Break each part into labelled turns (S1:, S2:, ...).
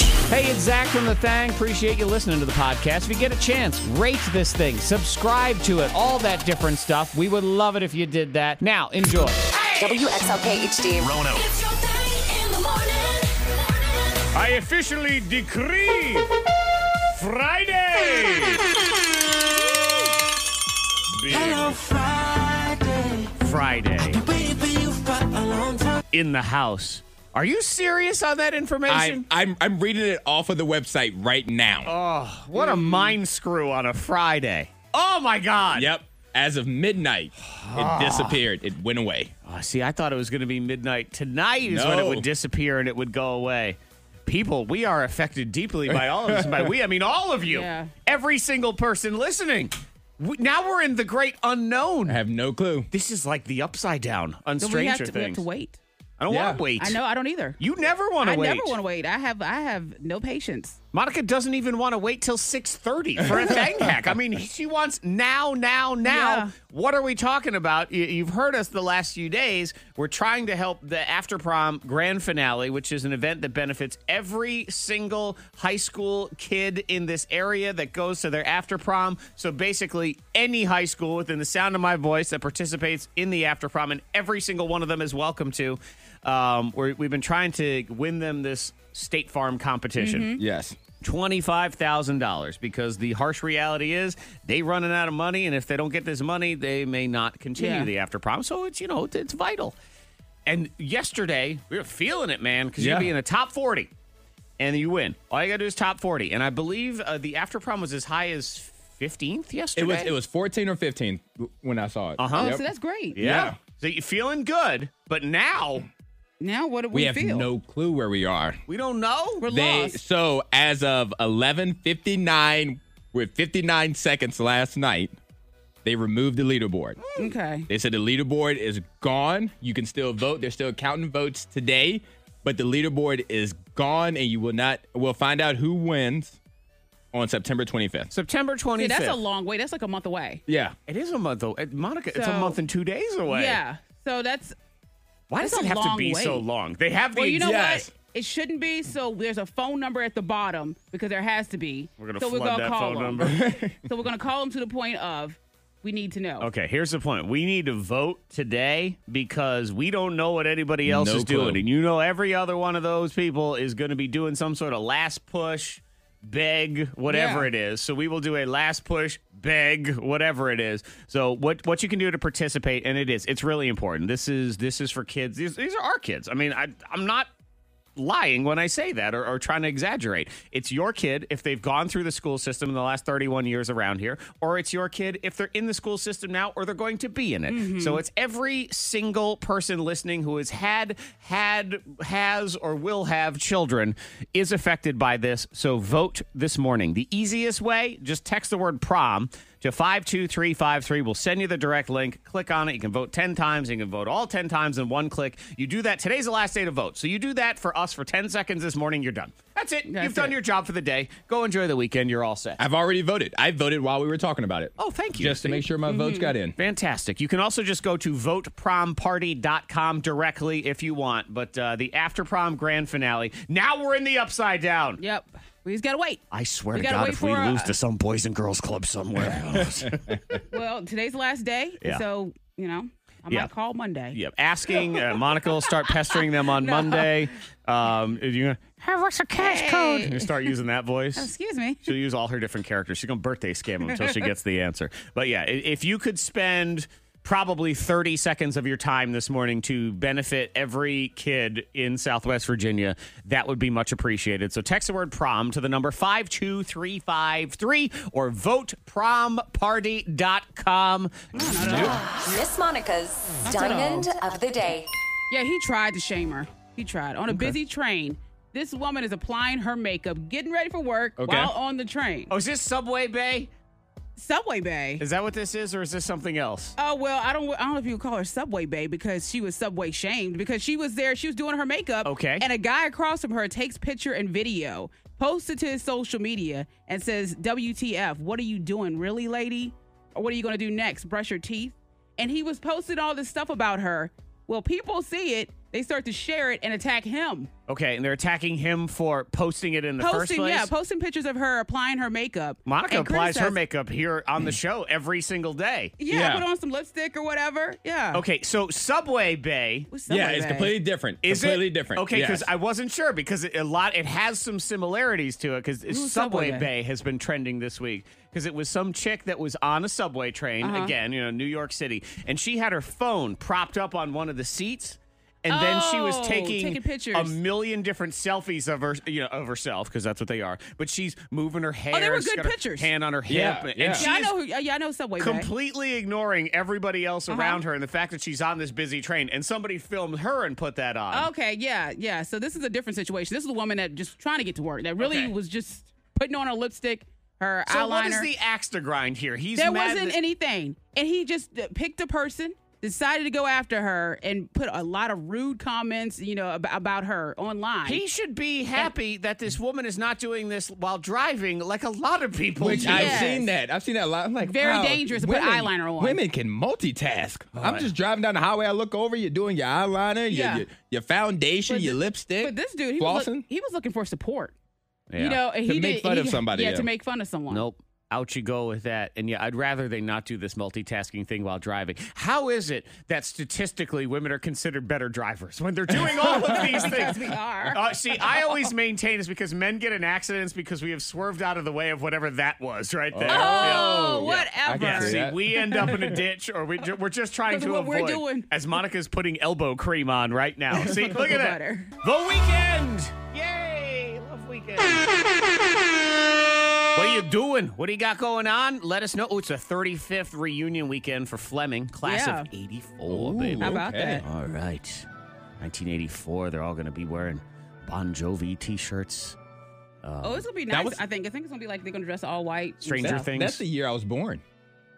S1: Hey, it's Zach from The Thang. Appreciate you listening to the podcast. If you get a chance, rate this thing, subscribe to it, all that different stuff. We would love it if you did that. Now, enjoy.
S2: WXLK HD.
S3: Rono.
S4: It's your thing in the morning.
S3: I officially decree Friday. Big Friday in the house. Are you serious on that
S5: I'm,
S3: information?
S5: I'm I'm reading it off of the website right now.
S3: what a mind screw on a Friday. Oh my God.
S5: Yep. As of midnight, it disappeared. It went away.
S3: Oh, see, I thought it was going to be midnight tonight is when it
S5: No.
S3: would disappear and it would go away. People, we are affected deeply by all of this. by we, I mean all of you.
S6: Yeah.
S3: Every single person listening. We, now we're in the great unknown.
S5: I have no clue.
S3: This is like the upside down on
S6: So we
S3: Stranger
S6: have, to,
S3: Things.
S6: we have to wait.
S3: I don't
S5: Yeah.
S3: want to wait.
S6: I know. I don't either.
S3: You never want
S6: I
S3: to wait.
S6: never want to wait. I have. I have no patience.
S3: Monica doesn't even want to wait till 6.30 for a thing hack. I mean, she wants now, now, now.
S6: Yeah.
S3: What are we talking about? You, you've heard us the last few days. We're trying to help the After Prom Grand Finale, which is an event that benefits every single high school kid in this area that goes to their After Prom. So basically, any high school within the sound of my voice that participates in the After Prom, and every single one of them is welcome to. Um, we're, we've been trying to win them this State Farm competition.
S5: Yes.
S3: $25,000 because the harsh reality is they running out of money and if they don't get this money they may not continue
S6: Yeah.
S3: the after prom so it's you know it's vital. And yesterday we were feeling it man cuz
S5: Yeah.
S3: you'd be in the top 40 and you win. All you got to do is top 40 and I believe uh, the after prom was as high as 15th yesterday.
S5: It was it was 14 or 15 when I saw it.
S3: Uh-huh.
S6: Oh,
S5: Yep.
S6: so that's great.
S3: yeah.
S5: yeah.
S3: So you're feeling good, but now
S6: Now what do we,
S5: We have
S6: feel?
S5: no clue where we are.
S3: we don't know.
S6: We're
S5: They
S6: lost.
S5: so as of 11:59 with 59 seconds last night, they removed the leaderboard.
S6: Okay.
S5: They said the leaderboard is gone. You can still vote. They're still counting votes today, but the leaderboard is gone, and you will not. We'll find out who wins on September 25th.
S3: September 25th.
S6: See, that's a long wait. That's like a month away.
S5: Yeah,
S3: it is a month though. Monica, it's a
S6: So-
S3: month and 2 days away.
S6: Yeah. So that's
S3: Why
S6: That's
S3: does it
S6: a
S3: have to
S6: long
S3: be so
S6: wait.
S3: long? They have the
S6: well. You know
S3: yes.
S6: what? It shouldn't be. So there's a phone number at the bottom because there has to be.
S3: We're gonna
S6: so
S3: flood that phone
S6: them.
S3: number.
S6: so we're gonna call them to the point of we need to know.
S3: okay, here's the point. We need to vote today because we don't know what anybody else
S5: No
S3: is
S5: clue.
S3: doing. And you know every other one of those people is going to be doing some sort of last push, beg, whatever
S6: Yeah.
S3: it is. So we will do a last push, beg, whatever it is. So what what you can do to participate and it is. It's really important. This is this is for kids. These these are our kids. I mean, I I'm not lying when I say that or, or trying to exaggerate. It's your kid if they've gone through the school system in the last 31 years around here, or it's your kid if they're in the school system now or they're going to be in it. So it's every single person listening who has had, had, has, or will have children is affected by this. So vote this morning. The easiest way, just text the word prom to 52353. We'll send you the direct link. Click on it. You can vote 10 times. You can vote all 10 times in one click. You do that. Today's the last day to vote. So you do that for us for 10 seconds this morning. You're done. That's it.
S6: That's
S3: You've done
S6: it.
S3: your job for the day. Go enjoy the weekend. You're all set.
S5: I've already voted. I voted while we were talking about it.
S3: Oh, thank you.
S5: Just to make sure my
S6: Mm-hmm.
S5: votes got in.
S3: Fantastic. You can also just go to votepromparty.com directly if you want. But uh, the after prom grand finale, now we're in the upside down.
S6: Yep. We just gotta wait.
S3: I swear
S6: We
S3: to
S6: gotta
S3: God,
S6: wait
S3: if we
S6: for, uh,
S3: lose to some Boys and Girls Club somewhere.
S6: Well, today's the last day.
S3: Yeah.
S6: So you know, I
S3: Yeah.
S6: might call Monday.
S3: Yep. Asking uh, Monica will start pestering them on Monday. Um, are you gonna hey, what's a cash code?
S6: Hey.
S3: You start using that voice.
S6: Excuse me.
S3: She'll use all her different characters. She's gonna birthday scam them until she gets the answer. But yeah, i- if you could spend probably 30 seconds of your time this morning to benefit every kid in Southwest Virginia, that would be much appreciated. So text the word prom to the number 52353 or votepromparty.com.
S2: Miss Monica's Diamond of the Day.
S6: Yeah, he tried to shame her. He tried. On a busy train, this woman is applying her makeup, getting ready for work
S5: Okay.
S6: while on the train.
S3: Oh, is this Subway Bay?
S6: Subway Bay.
S3: Is that what this is, or is this something else?
S6: Oh well, I don't. I don't know if you would call her Subway Bay because she was Subway shamed because she was there. She was doing her makeup.
S3: Okay.
S6: And a guy across from her takes picture and video, posts it to his social media, and says, "WTF? What are you doing, really, lady? Or what are you going to do next? Brush your teeth?" And he was posting all this stuff about her. Well, people see it. They start to share it and attack him.
S3: Okay, and they're attacking him for posting it in the first
S6: Posting,
S3: place.
S6: yeah, posting pictures of her applying her makeup.
S3: Monica
S6: and
S3: applies her
S6: criticize-
S3: makeup here on the show every single day.
S6: Yeah,
S5: Yeah.
S6: put on some lipstick or whatever. Yeah.
S3: Okay, so Subway Bay
S6: What's up
S5: Yeah,
S6: with
S5: it's
S6: that?
S5: completely different.
S3: is it-
S5: completely different.
S3: Okay, because
S5: yes.
S3: I wasn't sure because it, a lot it has some similarities to it because Subway,
S6: Who's Subway
S3: Bay?
S6: Bay?
S3: has been trending this week because it was some chick that was on a subway train
S6: Uh-huh.
S3: again, you know, New York City, and she had her phone propped up on one of the seats. And then she was
S6: Oh,
S3: taking,
S6: taking pictures.
S3: a million different selfies of her, you know, of herself because that's what they are. But she's moving her hair.
S6: Oh, were
S3: she's
S6: good
S3: got her
S6: pictures.
S3: Hand on her hip,
S5: Yeah,
S3: and
S5: yeah.
S3: she's
S6: Yeah, I know. Who, yeah, I know Subway. Bay.
S3: completely ignoring everybody else
S6: Uh-huh.
S3: around her and the fact that she's on this busy train. And somebody filmed her and put that on.
S6: Okay, yeah, yeah. So this is a different situation. This is a woman that just trying to get to work. That really
S3: Okay.
S6: was just putting on her lipstick, her
S3: So
S6: eyeliner.
S3: what is the axe to grind here? He's
S6: there
S3: mad
S6: wasn't
S3: that-
S6: anything, and he just uh, picked a person, decided to go after her, and put a lot of rude comments, you know, ab- about her online.
S3: He should be happy that this woman is not doing this while driving, like a lot of people.
S5: Which
S3: do.
S5: I've seen that. I've seen that a lot. I'm like,
S6: Very
S5: wow,
S6: dangerous to put eyeliner on.
S5: Women can multitask.
S3: Oh,
S5: I'm just driving down the highway. I look over. You're doing your eyeliner,
S6: Yeah.
S5: your, your your foundation,
S6: But
S5: your
S6: thi-
S5: lipstick.
S6: but this dude, he was,
S5: flossing.
S6: look- he was looking for support.
S3: Yeah.
S6: You know, and
S5: To
S6: he
S5: make
S6: did,
S5: fun
S6: he-
S5: of somebody,
S6: Yeah,
S5: yeah.
S6: to make fun of someone.
S3: Nope. Out you go with that. And yeah, I'd rather they not do this multitasking thing while driving. How is it that statistically women are considered better drivers when they're doing all of these things?
S6: we are.
S3: Uh, see, I always maintain it's because men get in accidents because we have swerved out of the way of whatever that was right there.
S6: Oh,
S5: Yeah. I
S6: whatever.
S5: can
S3: Yeah,
S5: see
S3: see,
S5: that.
S3: we end up in a ditch, or we, ju- we're just trying
S6: That's
S3: to
S6: what
S3: avoid.
S6: we're doing.
S3: As Monica's putting elbow cream on right now. See, look at that.
S6: Butter.
S3: The weekend. Yay! Love weekend. what are you doing? What do you got going on? Let us know. Oh, it's a 35th reunion weekend for Fleming, class of
S6: Yeah.
S3: 84, baby.
S6: How about
S5: Okay.
S6: that?
S3: All right. 1984. They're all going to be wearing Bon Jovi T-shirts.
S6: Oh, it's gonna be nice.
S5: was-
S6: I think. I think it's gonna be like they're gonna dress all white. and
S3: Stranger
S6: stuff.
S3: Things.
S5: That's the year I was born.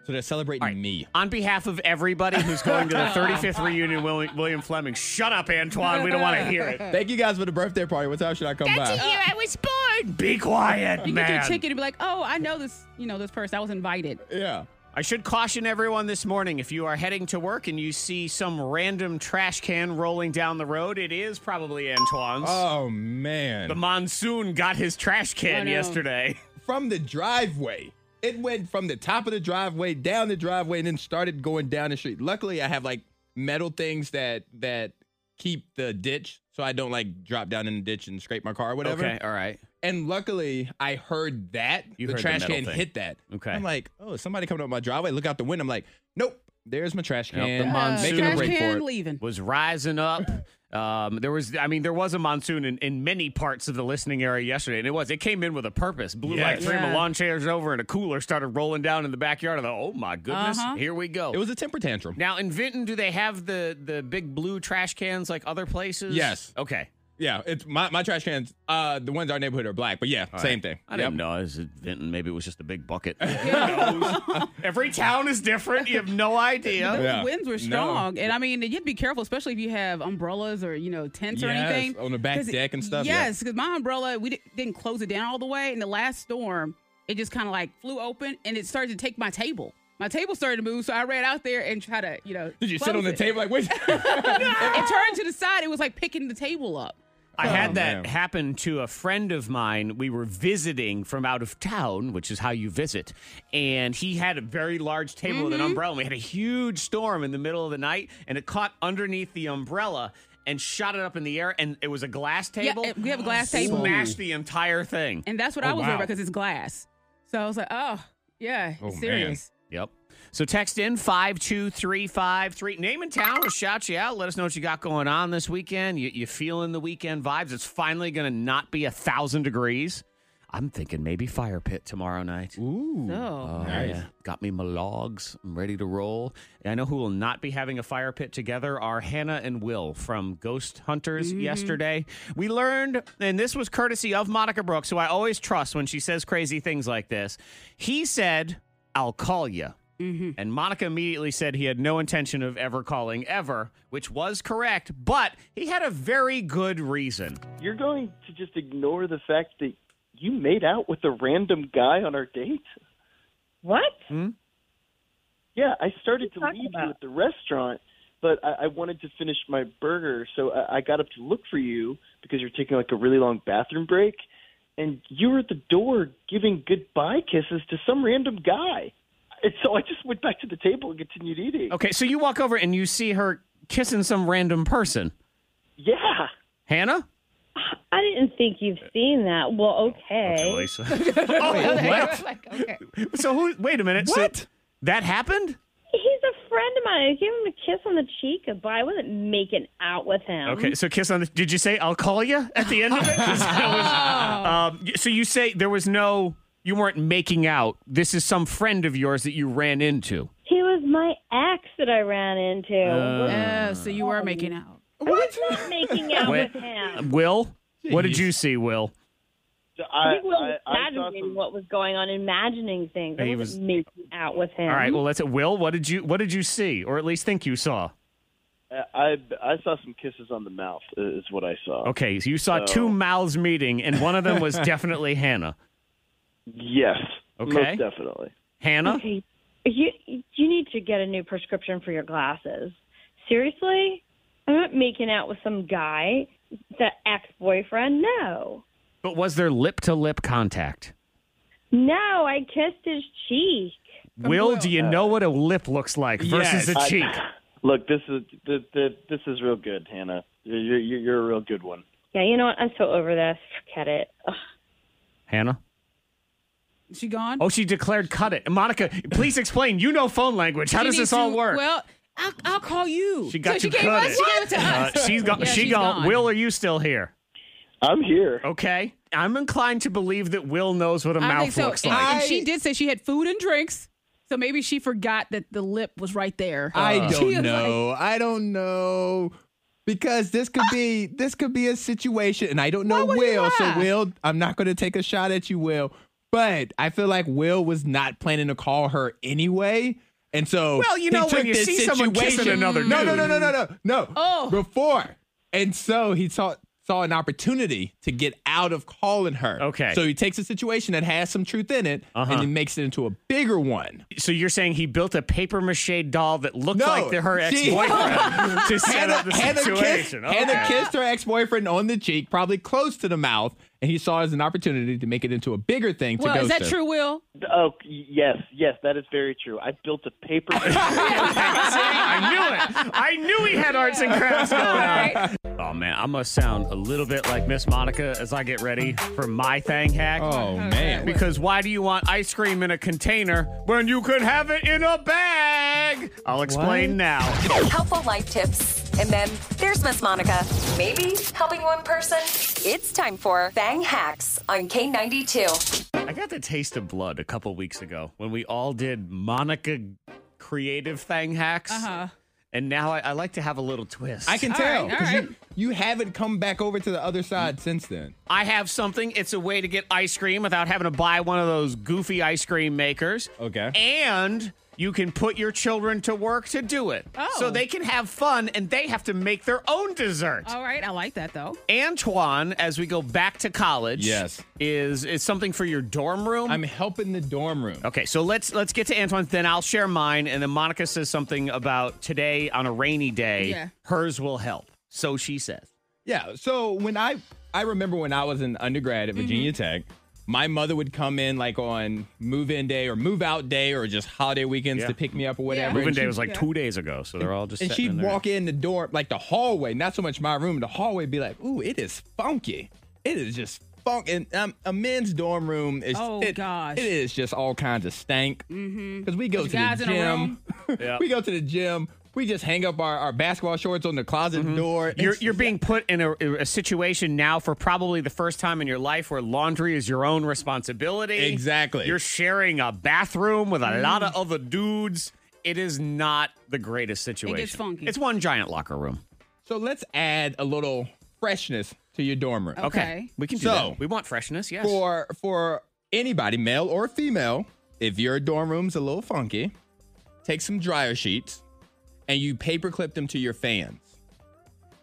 S5: So they're celebrating
S3: All right.
S5: me.
S3: On behalf of everybody who's going to the 35th reunion, Willi- William Fleming, shut up, Antoine. We don't want to hear it.
S5: Thank you guys for the birthday party. What time should I come by?
S3: year I was born. Be quiet,
S6: You
S3: man.
S6: get your ticket and be like, oh, I know this, you know, this person. I was invited.
S5: yeah.
S3: I should caution everyone this morning if you are heading to work and you see some random trash can rolling down the road, it is probably Antoine's.
S5: Oh man.
S3: the monsoon got his trash
S6: Oh,
S3: can
S6: no.
S3: yesterday.
S5: from the driveway. It went from the top of the driveway down the driveway and then started going down the street. Luckily, I have like metal things that that keep the ditch so I don't like drop down in the ditch and scrape my car or whatever.
S3: all right.
S5: And luckily, I heard that
S3: You
S5: the
S3: heard the
S5: trash
S3: metal
S5: can
S3: thing.
S5: hit that.
S3: Okay.
S5: I'm like, oh, is somebody coming up my driveway. Look out the window. I'm like, nope. There's my trash
S3: Nope, the
S5: can.
S3: monsoon-
S5: Making
S3: Trash
S5: a break
S6: can
S5: for it.
S6: leaving.
S3: was rising up. Um, there was, I mean, there was a monsoon in, in many parts of the listening area yesterday, and it was. It came in with a purpose. Blew like
S5: Yes.
S3: three
S6: Yeah.
S3: lawn chairs over, and a cooler started rolling down in the backyard. I thought, oh my goodness,
S6: Uh-huh.
S3: here we go.
S5: It was a temper tantrum.
S3: now in Vinton, do they have the the big blue trash cans like other places?
S5: Yes.
S3: Okay.
S5: Yeah, it's my, my trash cans. Uh, the ones in our neighborhood are black, but yeah, same thing.
S3: I didn't
S5: Yep.
S3: know. Is it Vinton? Maybe it was just a big bucket. Who knows? Every town is different. You have no idea.
S5: Yeah.
S6: Winds were
S5: No.
S6: strong, and I mean, you have to be careful, especially if you have umbrellas or you know tents or
S5: Yes,
S6: anything
S5: on the back
S6: 'Cause-
S5: deck and stuff, yeah.
S6: Yes, because my umbrella we di- didn't close it down all the way, and the last storm it just kind of like flew open and it started to take my table. My table started to move, so I ran out there and tried to you know.
S5: Did you sit
S6: close
S5: on the
S6: it.
S5: table like wait?
S6: It turned to the side. It was like picking the table up.
S3: I had
S5: Oh,
S3: that
S5: man.
S3: happen to a friend of mine. We were visiting from out of town, which is how you visit. And he had a very large table with an
S6: Mm-hmm.
S3: umbrella. We had a huge storm in the middle of the night, and it caught underneath the umbrella and shot it up in the air. And it was a glass table.
S6: it- we have a glass table.
S3: Smashed the entire thing.
S6: And that's what
S5: Oh,
S6: I was worried
S5: wow.
S6: about because it's glass. So I was like, oh, yeah,
S5: Oh,
S6: it's serious.
S3: Yep. So text in 52353. Name and town. We'll shout you out. Let us know what you got going on this weekend. You, you feeling the weekend vibes? It's finally going to not be a thousand degrees. I'm thinking maybe fire pit tomorrow night.
S5: Ooh.
S6: So,
S3: Oh, yeah. Got me my logs. I'm ready to roll. And I know who will not be having a fire pit together are Hannah and Will from Ghost Hunters yesterday. We learned, and this was courtesy of Monica Brooks, who I always trust when she says crazy things like this. He said, I'll call you. And Monica immediately said he had no intention of ever calling ever, which was correct, but he had a very good reason.
S7: you're going to just ignore the fact that you made out with a random guy on our date?
S8: What?
S7: Yeah, I started to
S8: talking
S7: leave you
S8: about?
S7: at the restaurant, but I, I wanted to finish my burger, so I, I got up to look for you because you're taking like a really long bathroom break, and you were at the door giving goodbye kisses to some random guy. And so I just went back to the table and continued eating.
S3: Okay, so you walk over and you see her kissing some random person.
S7: Yeah.
S3: Hannah?
S8: I didn't think you've seen that.
S3: Oh,
S8: Well, okay.
S3: what?
S6: Like, okay.
S3: So who? Wait a minute. so
S1: What?
S3: that happened?
S8: He's a friend of mine. I gave him a kiss on the cheek goodbye. I wasn't making out with him.
S3: Okay. So kiss on the. Did you say I'll call you at the end of it? 'Cause that
S6: Oh.
S5: Uh,
S3: was- um, y- so you say there was no. You weren't making out. This is some friend of yours that you ran into.
S8: He was my ex that I ran into.
S6: Uh, so you were making out.
S8: I was not making out
S3: Wait.
S8: with him.
S3: Will, what did you see, Will?
S7: So
S8: I
S7: I,
S8: think we were
S7: I, I saw
S8: imagining
S7: some,
S8: what was going on, imagining things. I
S3: He
S8: wasn't
S3: was-
S8: making out with him.
S3: All right. Well, that's it. Will, what did you what did you see, or at least think you saw?
S7: I, I saw some kisses on the mouth i- is what I saw.
S3: Okay. So you saw two
S7: Oh.
S3: mouths meeting, and one of them was definitely Hannah.
S7: Yes.
S3: Okay.
S7: Most definitely.
S3: Hannah.
S8: Okay. You you need to get a new prescription for your glasses. Seriously? I'm not making out with some guy, the ex boyfriend. No.
S3: But was there lip to lip contact?
S8: No, I kissed his cheek.
S3: Will, do you know what a lip looks like versus
S5: Yes.
S3: a cheek?
S7: Look, this is th th this is real good, Hannah. You're, you're, you're a real good one.
S8: Yeah, you know what? I'm so over this. Forget it. Ugh.
S3: Hannah?
S6: Is she gone?
S3: Oh, she declared cut it. Monica, please explain. You know phone language. How
S6: She
S3: does this
S6: needs
S3: all
S6: to-
S3: work?
S6: Well, I'll, I'll call you.
S3: She got
S6: so
S3: you
S6: she gave
S3: cut
S6: us,
S3: it.
S6: She gave it to us.
S3: Uh, she's gone.
S6: Yeah,
S3: she
S6: she's
S3: gone.
S6: gone.
S3: Will, are you still here?
S7: I'm here.
S3: Okay. I'm inclined to believe that Will knows what a
S6: I
S3: mouth
S6: think so.
S3: looks
S6: and,
S3: like.
S6: and she did say she had food and drinks, so maybe she forgot that the lip was right there. Uh,
S3: Uh,
S5: I
S6: She was
S5: don't know. I don't know. Because this could be this could be a situation, and I don't know
S6: would he
S5: Will. So
S6: lie?
S5: Will, I'm not going to take a shot at you, Will. But I feel like Will was not planning to call her anyway, and so
S3: Well, you
S5: he
S3: know, when
S5: took
S3: you
S5: this
S3: see someone kissing
S5: situation-
S3: another
S5: no, no,
S3: dude.
S5: no, no, no, no, no,
S6: Oh.
S5: before, and so he saw saw an opportunity to get out of calling her.
S3: Okay.
S5: so he takes a situation that has some truth in it,
S3: Uh-huh.
S5: and he makes it into a bigger one.
S3: So you're saying he built a paper mache doll that looked
S5: No,
S3: like the, her ex
S5: she-
S3: boyfriend to set
S5: Hannah,
S3: up the
S5: Hannah kissed,
S3: situation? Okay.
S5: Hannah kissed her ex boyfriend on the cheek, probably close to the mouth, and he saw it as an opportunity to make it into a bigger thing. To
S6: Well,
S5: go
S6: is that
S5: to.
S6: true, Will?
S7: Oh yes, yes, that is very true. I built a paper.
S3: See, I knew it. I knew he had arts and crafts going on. Oh man, I must sound a little bit like Miss Monica as I get ready for my thing hack.
S5: Oh man,
S3: Because why do you want ice cream in a container when you could have it in a bag? I'll explain now.
S2: Helpful life tips. And then there's Miss Monica. Maybe helping one person. It's time for Bang Hacks on K92.
S3: I got the taste of blood a couple weeks ago when we all did Monica creative thing hacks.
S6: Uh-huh.
S3: And now I, I like to have a little twist.
S5: I can
S6: All
S5: tell
S6: right, all
S5: 'cause
S6: right.
S5: you, you haven't come back over to the other side since then.
S3: I have something. It's a way to get ice cream without having to buy one of those goofy ice cream makers.
S5: Okay.
S3: And you can put your children to work to do it.
S6: Oh.
S3: So they can have fun and they have to make their own dessert.
S6: All right, I like that though.
S3: Antoine, as we go back to college,
S5: Yes.
S3: is is something for your dorm room.
S5: I'm helping the dorm room.
S3: okay, so let's let's get to Antoine's, then I'll share mine, and then Monica says something about today on a rainy day.
S6: Yeah.
S3: Hers will help. So she says.
S5: Yeah. So when I I remember when I was an undergrad at Virginia
S6: Mm-hmm.
S5: Tech, my mother would come in like on move in day or move out day or just holiday weekends
S3: Yeah.
S5: to pick me up or whatever.
S3: Moving
S5: and
S3: day
S5: she-
S3: was like two days ago, so they're all just.
S5: and
S3: sitting
S5: she'd
S3: in there.
S5: walk in the door, like the hallway, not so much my room, the hallway would be like, ooh, it is funky. It is just funk. And um, a men's dorm room is
S6: Oh,
S5: it,
S6: gosh. Mm-hmm.
S5: It is just all kinds of stank. Because we go to
S6: guys
S5: the
S6: in a
S5: gym.
S6: room.
S3: Yeah.
S5: We go to the gym. We just hang up our, our basketball shorts on the closet door.
S3: Mm-hmm. You're,
S5: It's-
S3: you're being put in a, a situation now for probably the first time in your life where laundry is your own responsibility.
S5: Exactly. Mm.
S3: You're sharing a bathroom with a lot of other dudes. It is not the greatest situation.
S6: funky.
S3: It's one giant locker room.
S5: so let's add a little freshness to your dorm room.
S3: Okay.
S6: Okay.
S3: We can do
S5: So-
S3: that. We want freshness, yes.
S5: for for anybody, male or female, if your dorm room's a little funky, take some dryer sheets and you paperclip them to your fans.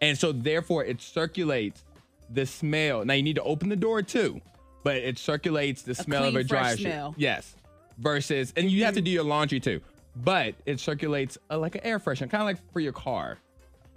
S5: And so therefore it circulates the smell. Now you need to open the door too, but it circulates the smell
S6: clean,
S5: of a dryer
S6: fresh
S5: sheet.
S6: smell. Mm-hmm.
S5: Yes. Versus and you have to do your laundry too. but it circulates uh, like an air freshener, kind of like for your car.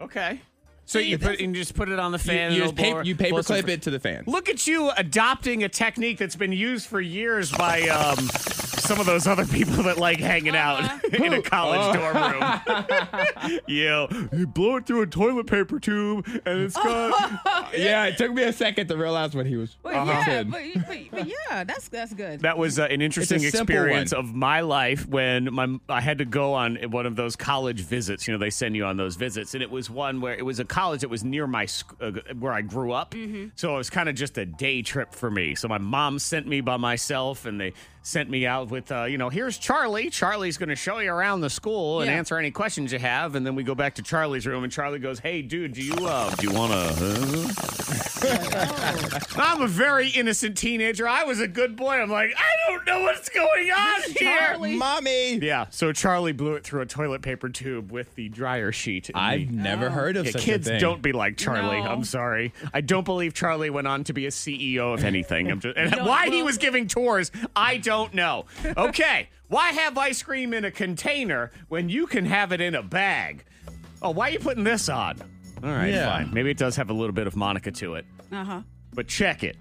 S3: Okay. So you put you just put it on the fan.
S5: you,
S3: and
S5: you,
S3: it'll blow-
S5: paper, you
S3: blow
S5: paper
S3: some
S5: clip
S3: fr-
S5: it to the fan.
S3: Look at you adopting a technique that's been used for years by um, some of those other people that like hanging out in a college dorm room. yeah, you blow it through a toilet paper tube, and it's got.
S5: Yeah, it took me a second to realize what he was.
S6: But yeah,
S5: talking.
S6: but, but, but yeah, that's that's good.
S3: That was uh, an interesting
S5: simple
S3: experience
S5: one.
S3: of my life when my I had to go on one of those college visits. You know, they send you on those visits, and it was one where it was a college that was near my sc- uh, where I grew up. So it was kind of just a day trip for me. So my mom sent me by myself, and they sent me out with uh, you know, here's Charlie. Charlie's going to show you around the school and
S6: Yeah.
S3: answer any questions you have, and then we go back to Charlie's room, and Charlie goes, "Hey, dude, do you uh, do you want to?" I'm a very innocent teenager. I was a good boy. I'm like, I don't know what's going on here.
S6: Charlie.
S5: Mommy.
S3: Yeah, so Charlie blew it through a toilet paper tube with the dryer sheet. in
S5: I've
S3: the-
S5: never heard of
S3: Oh. Yeah,
S5: such
S3: kids
S5: a thing.
S3: don't be like Charlie.
S6: No.
S3: I'm sorry. I don't believe Charlie went on to be a CEO of anything. I'm just, and
S6: No,
S3: why he
S6: well-
S3: was giving tours, I don't know. Okay, why have ice cream in a container when you can have it in a bag? Oh, why are you putting this on? All right,
S5: Yeah.
S3: fine. Maybe it does have a little bit of Monica to it,
S6: Uh huh.
S3: but check it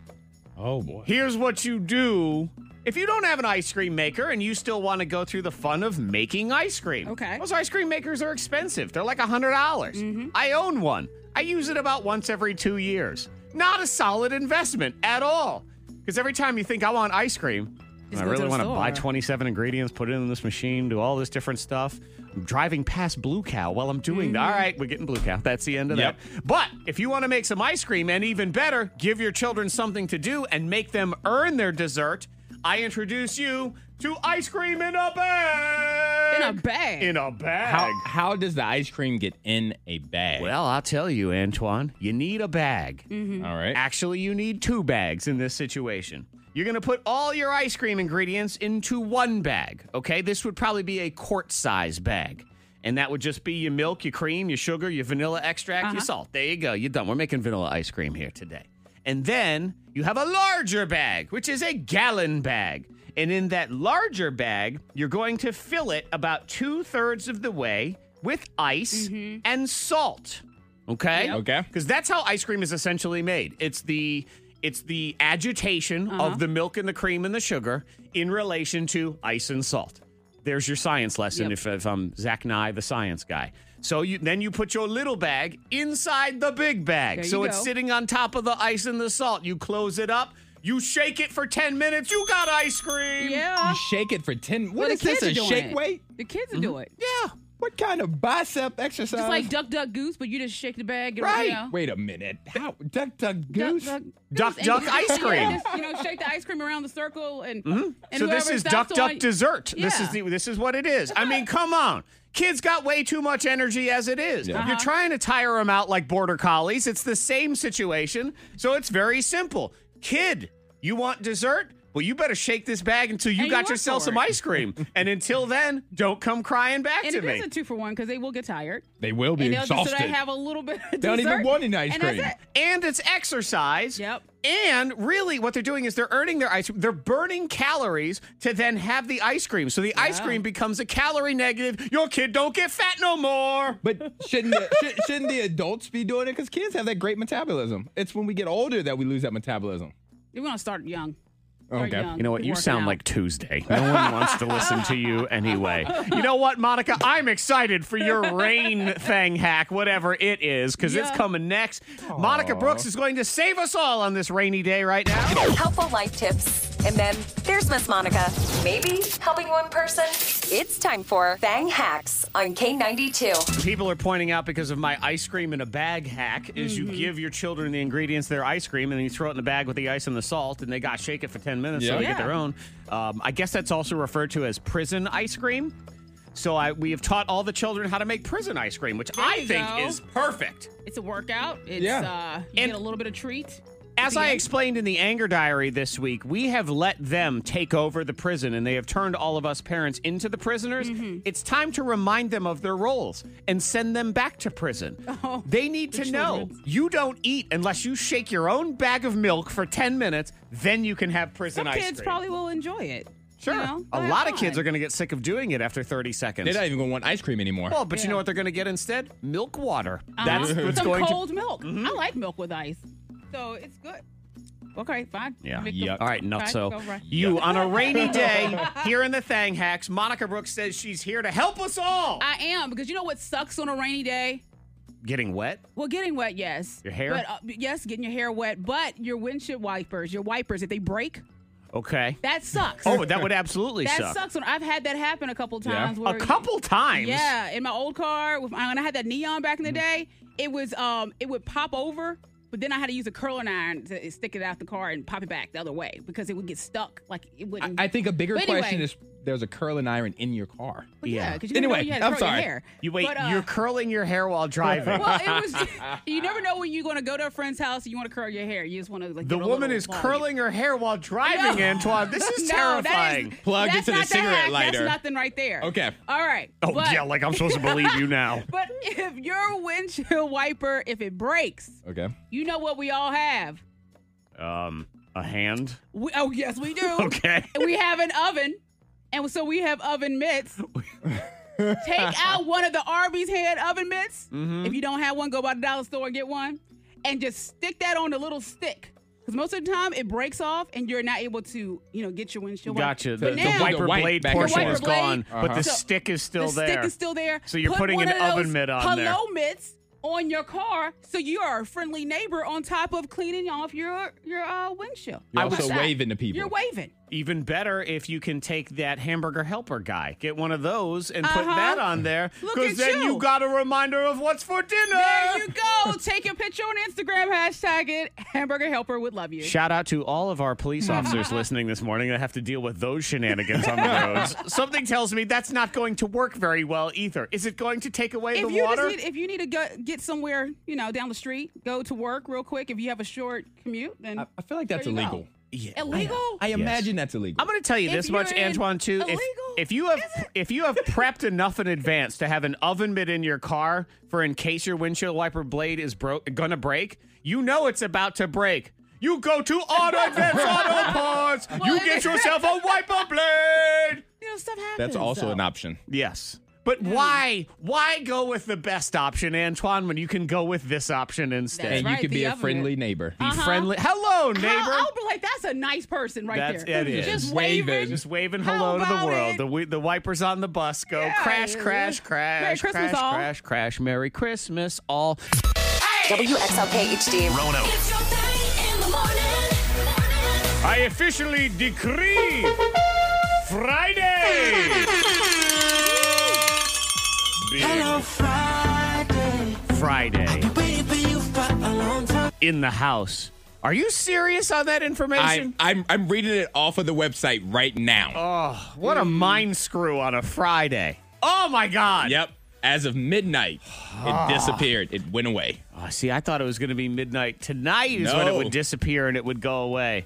S5: Oh boy.
S3: here's what you do if you don't have an ice cream maker and you still want to go through the fun of making ice cream.
S6: Okay. Mm-hmm.
S3: Those ice cream makers are expensive. They're like $100. dollars I own one. I use it about once every two years. Not a solid investment at all. Because every time you think I want ice cream,
S6: Just
S3: I
S6: go to
S3: really
S6: the
S3: want to
S6: store.
S3: buy 27 ingredients, put it in this machine, do all this different stuff. I'm driving past Blue Cow while I'm
S6: Mm-hmm.
S3: doing that. All right, we're getting Blue Cow. That's the end of
S5: Yep.
S3: that. But if you want to make some ice cream and even better, give your children something to do and make them earn their dessert, I introduce you to ice cream in a bag.
S6: In a bag.
S3: In a bag.
S5: How, how does the ice cream get in a bag?
S3: well, I'll tell you, Antoine, you need a bag.
S5: all right.
S6: Ah.
S3: Actually, you need two bags in this situation. You're going to put all your ice cream ingredients into one bag, okay? This would probably be a quart size bag. And that would just be your milk, your cream, your sugar, your vanilla extract, your salt. There you go. You're done. We're making vanilla ice cream here today. And then you have a larger bag, which is a gallon bag. And in that larger bag, you're going to fill it about two thirds of the way with ice and salt. Okay?
S5: Yep. Okay.
S3: Because that's how ice cream is essentially made. It's the it's the agitation
S6: Uh-huh.
S3: of the milk and the cream and the sugar in relation to ice and salt. There's your science lesson
S6: Yep.
S3: if, if I'm Zach Nye, the science guy. So you then you put your little bag inside the big bag.
S6: There you
S3: so it's
S6: go.
S3: sitting on top of the ice and the salt. You close it up, you shake it for 10 minutes, you got ice cream.
S6: Yeah.
S5: You shake it for
S6: Well,
S5: 10. What
S6: the
S5: is this?
S6: kids are
S5: A
S6: doing
S5: shake
S6: it.
S5: weight?
S6: The kids
S5: Mm-hmm.
S6: are doing it.
S3: Yeah.
S5: What kind of bicep exercise?
S6: It's like duck, duck, goose, but you just shake the bag. And,
S3: Right.
S6: You know,
S5: Wait a minute. How, duck, duck, goose?
S6: Duck,
S3: Duck,
S6: goose, and
S3: duck,
S6: you
S3: ice
S6: just- yeah,
S3: cream. Mm-hmm.
S6: just, you know, shake the ice cream around the circle, and, and
S3: so this
S6: whoever
S3: is duck
S6: stops
S3: duck
S6: on-
S3: dessert. This
S6: Yeah.
S3: is the, this is what it is. I mean, come on. Kids got way too much energy as it is. You're
S6: Uh-huh.
S3: trying to tire them out like border collies. It's the same situation. So it's very simple. Kid, you want dessert? Well, you better shake this bag until you
S6: And you
S3: got
S6: work
S3: yourself
S6: for
S3: some
S6: it.
S3: ice cream. and until then, don't come crying back
S6: And
S3: to
S6: it
S3: me.
S6: is a two for one because they will get tired.
S5: They will be
S6: and they'll just
S5: exhausted.
S6: sit there and have a little bit. Of
S5: They don't even
S6: dessert,
S5: want any ice
S6: and
S5: cream.
S6: That's it.
S3: and it's exercise.
S6: Yep.
S3: And really, what they're doing is they're earning their ice. They're burning calories to then have the ice cream. So the ice cream becomes a calorie negative. Your kid don't get fat no more.
S5: But shouldn't the, should, shouldn't the adults be doing it? Because kids have that great metabolism. It's when we get older that we lose that metabolism.
S6: You want to start young. Start
S5: Okay.
S6: young.
S3: Oh, You know what? You
S6: Working
S3: sound
S6: out.
S3: like Tuesday. No one wants to listen to you anyway. You know what, Monica? I'm excited for your rain thing hack, whatever it is, because it's
S6: Yeah.
S3: coming next. Monica Brooks is going to save us all on this rainy day right now.
S2: Helpful life tips. And then there's Miss Monica. Maybe helping one person. It's time for Fang Hacks on K92.
S3: People are pointing out because of my ice cream in a bag hack is
S6: Mm-hmm.
S3: you give your children the ingredients of their ice cream and then you throw it in the bag with the ice and the salt and they got to shake it for 10 minutes so
S5: Yeah.
S3: they get
S6: Yeah.
S3: their own. Um, I guess that's also referred to as prison ice cream. So I, we have taught all the children how to make prison ice cream, which I
S6: you
S3: think
S6: go.
S3: is perfect.
S6: It's a workout. It's
S5: Yeah.
S6: uh, you
S3: And-
S6: get a little bit of treat.
S3: As
S6: the
S3: I
S6: end.
S3: explained in the anger diary this week, we have let them take over the prison and they have turned all of us parents into the prisoners.
S6: Mm-hmm.
S3: It's time to remind them of their roles and send them back to prison.
S6: Oh,
S3: they need to know you don't eat unless you shake your own bag of milk for 10 minutes, then you can have prison
S6: Some
S3: ice
S6: kids
S3: cream.
S6: probably will enjoy it.
S3: Sure.
S6: You know?
S3: a
S6: Why
S3: lot of
S6: not?
S3: kids are going to get sick of doing it after 30 seconds.
S5: They're not even gonna want ice cream anymore.
S3: Well, but you know what they're going to get instead? Milk water. That's
S6: Uh-huh.
S3: what's
S6: some
S3: going Mm-hmm.
S6: cold milk. I like milk with ice, so it's good. Okay, fine.
S3: Yeah.
S6: Make
S5: Yuck.
S6: the-
S3: All right, not
S6: fine,
S3: so.
S6: go right.
S3: You on a rainy day here in the Thang Hacks. Monica Brooks says she's here to help us all.
S6: I am because you know what sucks on a rainy day?
S3: Getting wet?
S6: Well, getting wet, yes.
S3: Your hair?
S6: But, uh, yes, getting your hair wet. But your windshield wipers, your wipers, if they break,
S3: Okay.
S6: that sucks.
S3: Oh, that would absolutely
S6: that
S3: suck.
S6: sucks. When I've had that happen a couple times.
S3: A
S6: where-
S3: couple times. Mm-hmm.
S6: Yeah, in my old car, with, when I had that neon back in the day, it was um, it would pop over, but then I had to use a curling iron to stick it out the car and pop it back the other way because it would get stuck. Like it
S5: I,
S6: wouldn't.
S5: I think a bigger
S6: But anyway.
S5: question is there's a curling iron in your car.
S6: But yeah,
S3: Yeah.
S6: 'cause you didn't
S5: Anyway,
S6: know you had to
S5: I'm
S6: curl your
S5: sorry.
S6: hair.
S3: You wait,
S6: But, uh,
S3: you're curling your hair while driving.
S6: Well, it was. you never know when you're going to go to a friend's house and you want to curl your hair. You just want to like.
S3: the
S6: get a
S3: woman
S6: little
S3: is
S6: volume.
S3: curling her hair while driving,
S6: No.
S3: Antoine. This is
S6: No, that
S3: terrifying.
S6: is-
S5: Plugged
S6: that's
S5: into the
S6: not
S5: cigarette
S6: hack.
S5: lighter.
S6: That's nothing right there.
S5: Okay.
S6: All right.
S3: oh,
S6: but,
S3: yeah, like I'm supposed to believe you now.
S6: But if your windshield wiper, if it breaks,
S5: Okay.
S6: you know what we all have.
S3: Um, a hand?
S6: We, oh yes, we do.
S3: Okay.
S6: We have an oven, and so we have oven mitts. Take out one of the Arby's hand oven mitts.
S5: Mm-hmm.
S6: If you don't have one, go by the dollar store and get one, and just stick that on a little stick. Because most of the time it breaks off, and you're not able to, you know, get your windshield. wiper.
S3: Gotcha. The,
S6: But
S3: the
S6: now-
S3: wiper
S5: The white
S3: blade
S5: back and
S3: portion
S6: forth.
S3: is gone,
S6: The white
S3: but
S6: blade.
S3: the
S6: Uh-huh.
S3: stick is still
S6: the
S3: there.
S6: stick is still there.
S3: So you're
S6: Put
S3: putting
S6: one
S3: an
S6: of those
S3: oven mitt on
S6: hello
S3: there.
S6: mitts on your car, so you are a friendly neighbor on top of cleaning off your your uh, windshield.
S5: You're
S6: How's
S5: also
S6: that?
S5: waving to people.
S6: You're waving.
S3: Even better if you can take that hamburger helper guy, get one of those, and put
S6: Uh-huh.
S3: that on there.
S6: Look
S3: Because
S6: at
S3: then
S6: you.
S3: you got a reminder of what's for dinner.
S6: There you go. Take your picture on Instagram. Hashtag it. Hamburger Helper would love you.
S3: Shout out to all of our police officers listening this morning that have to deal with those shenanigans on the roads. Something tells me that's not going to work very well either. Is it going to take away
S6: if
S3: the
S6: you
S3: water?
S6: just need, if you need to go, get somewhere, you know, down the street, go to work real quick. If you have a short commute, then
S5: I, I feel like that's
S6: there you go.
S5: illegal.
S3: Yeah.
S6: Illegal?
S5: I imagine that's illegal.
S3: I'm going to tell you
S6: If
S3: this much,
S6: you're in
S3: Antoine. Too, if,
S6: illegal,
S3: if you have if you have prepped enough in advance to have an oven mitt in your car for in case your windshield wiper blade is bro- gonna break, you know it's about to break. You go to Auto Advance Auto Parts. you get yourself a wiper blade.
S6: you know, stuff happens.
S5: that's also
S6: though.
S5: an option.
S3: Yes. But
S6: Hmm.
S3: why why go with the best option, Antoine, when you can go with this option
S6: That's
S3: instead?
S5: and
S6: right,
S5: you could be
S6: the
S5: a
S6: oven
S5: friendly neighbor.
S6: Uh-huh.
S3: Be friendly. Hello, neighbor.
S6: How, I would be like, that's a nice person right
S3: That's-
S6: there.
S3: it is.
S6: Just
S5: Waving.
S6: waving.
S3: Just waving
S6: How
S3: hello to the
S6: about
S3: world.
S6: it?
S3: The wi- the wipers on the bus go
S6: Yeah.
S3: crash, crash, crash,
S6: Merry Christmas,
S3: crash,
S6: all.
S3: crash, crash. Merry Christmas, all.
S2: WXLK HD.
S4: It's your thing in the morning.
S3: I officially decree Friday. Hello, Friday. Friday. In the house. Are you serious on that
S5: I,
S3: information?
S5: I'm I'm reading it off of the website right now.
S3: what a mind screw on a Friday. Oh my God.
S5: Yep. As of midnight, it disappeared. It went away.
S3: Oh, see, I thought it was going to be midnight tonight is when it
S5: No.
S3: would disappear and it would go away.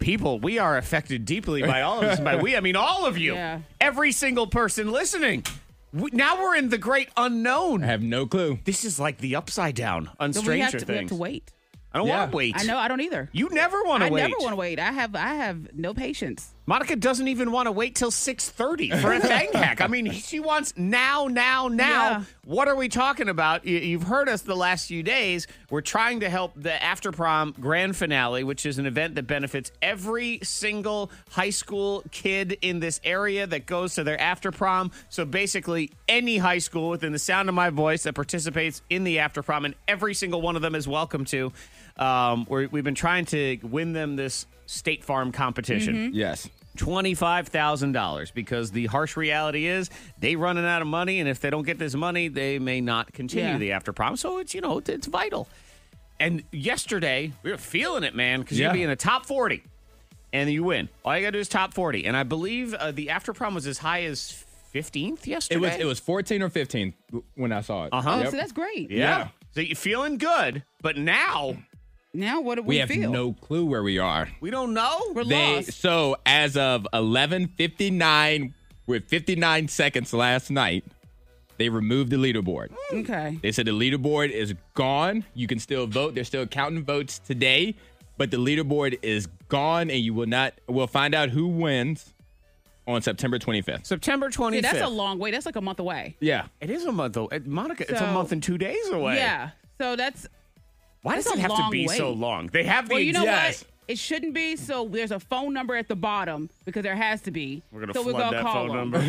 S3: People, we are affected deeply by all of this. And by we, I mean all of you.
S6: Yeah.
S3: Every single person listening. We, now we're in the great
S5: I
S3: unknown.
S5: have no clue.
S3: This is like the upside down on
S6: Then we have
S3: Stranger
S6: to- we have
S3: Things.
S6: to wait.
S3: I don't want
S5: Yeah.
S3: to wait.
S6: I know. I don't either.
S3: You never want
S6: I
S3: to wait.
S6: never want to wait. I have I have no patience.
S3: Monica doesn't even want to wait till 6.30 for a thing hack. I mean, she wants now, now, now.
S6: Yeah.
S3: What are we talking about? You, you've heard us the last few days. We're trying to help the After Prom Grand Finale, which is an event that benefits every single high school kid in this area that goes to their After Prom. So basically, any high school within the sound of my voice that participates in the After Prom, and every single one of them is welcome to. Um, we're, we've been trying to win them this State Farm competition.
S5: Yes.
S3: $25,000 because the harsh reality is they running out of money and if they don't get this money they may not continue
S6: Yeah.
S3: the after prom so it's you know it's- it's vital. And yesterday we were feeling it man cuz
S5: Yeah.
S3: you'd be in the top 40 and you win. All you got to do is top 40 and I believe uh, the after prom was as high as 15th yesterday.
S5: It was it was 14 or 15 when I saw it. Uh
S6: Oh, so that's great.
S3: yeah.
S5: yeah.
S3: So you're feeling good, but now
S6: Now what do we,
S5: We have
S6: feel?
S5: no clue where we are.
S3: we don't know.
S6: We're
S5: They
S6: lost.
S5: so as of 11:59 with 59 seconds last night, they removed the leaderboard.
S6: Okay.
S5: They said the leaderboard is gone. You can still vote. They're still counting votes today, but the leaderboard is gone, and you will not. We'll find out who wins on September 25th.
S3: September 25th.
S6: See, that's a long way. That's like a month away.
S5: Yeah.
S3: It is a month away. Monica, it's a
S6: So-
S3: month and two days away.
S6: Yeah. So that's
S3: Why does
S6: That's
S3: it
S6: a
S3: have to
S6: long
S3: be so
S6: wait.
S3: long? They have the
S6: well, you know
S3: yes.
S6: what? It shouldn't be. So there's a phone number at the bottom because there has to be.
S3: We're gonna
S6: so
S3: flood that phone
S6: them.
S3: number.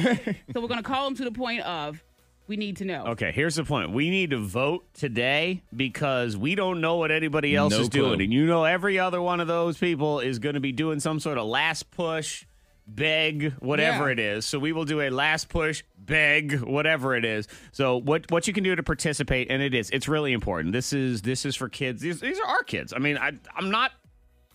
S6: so we're gonna call them to the point of we need to know.
S3: okay, here's the point. We need to vote today because we don't know what anybody else
S5: No
S3: is
S5: clue.
S3: doing. And you know every other one of those people is going to be doing some sort of last push, beg, whatever
S6: Yeah.
S3: it is. So we will do a last push, beg, whatever it is. So what what you can do to participate and it is it's really important. This is this is for kids. These these are our kids. I mean, I I'm not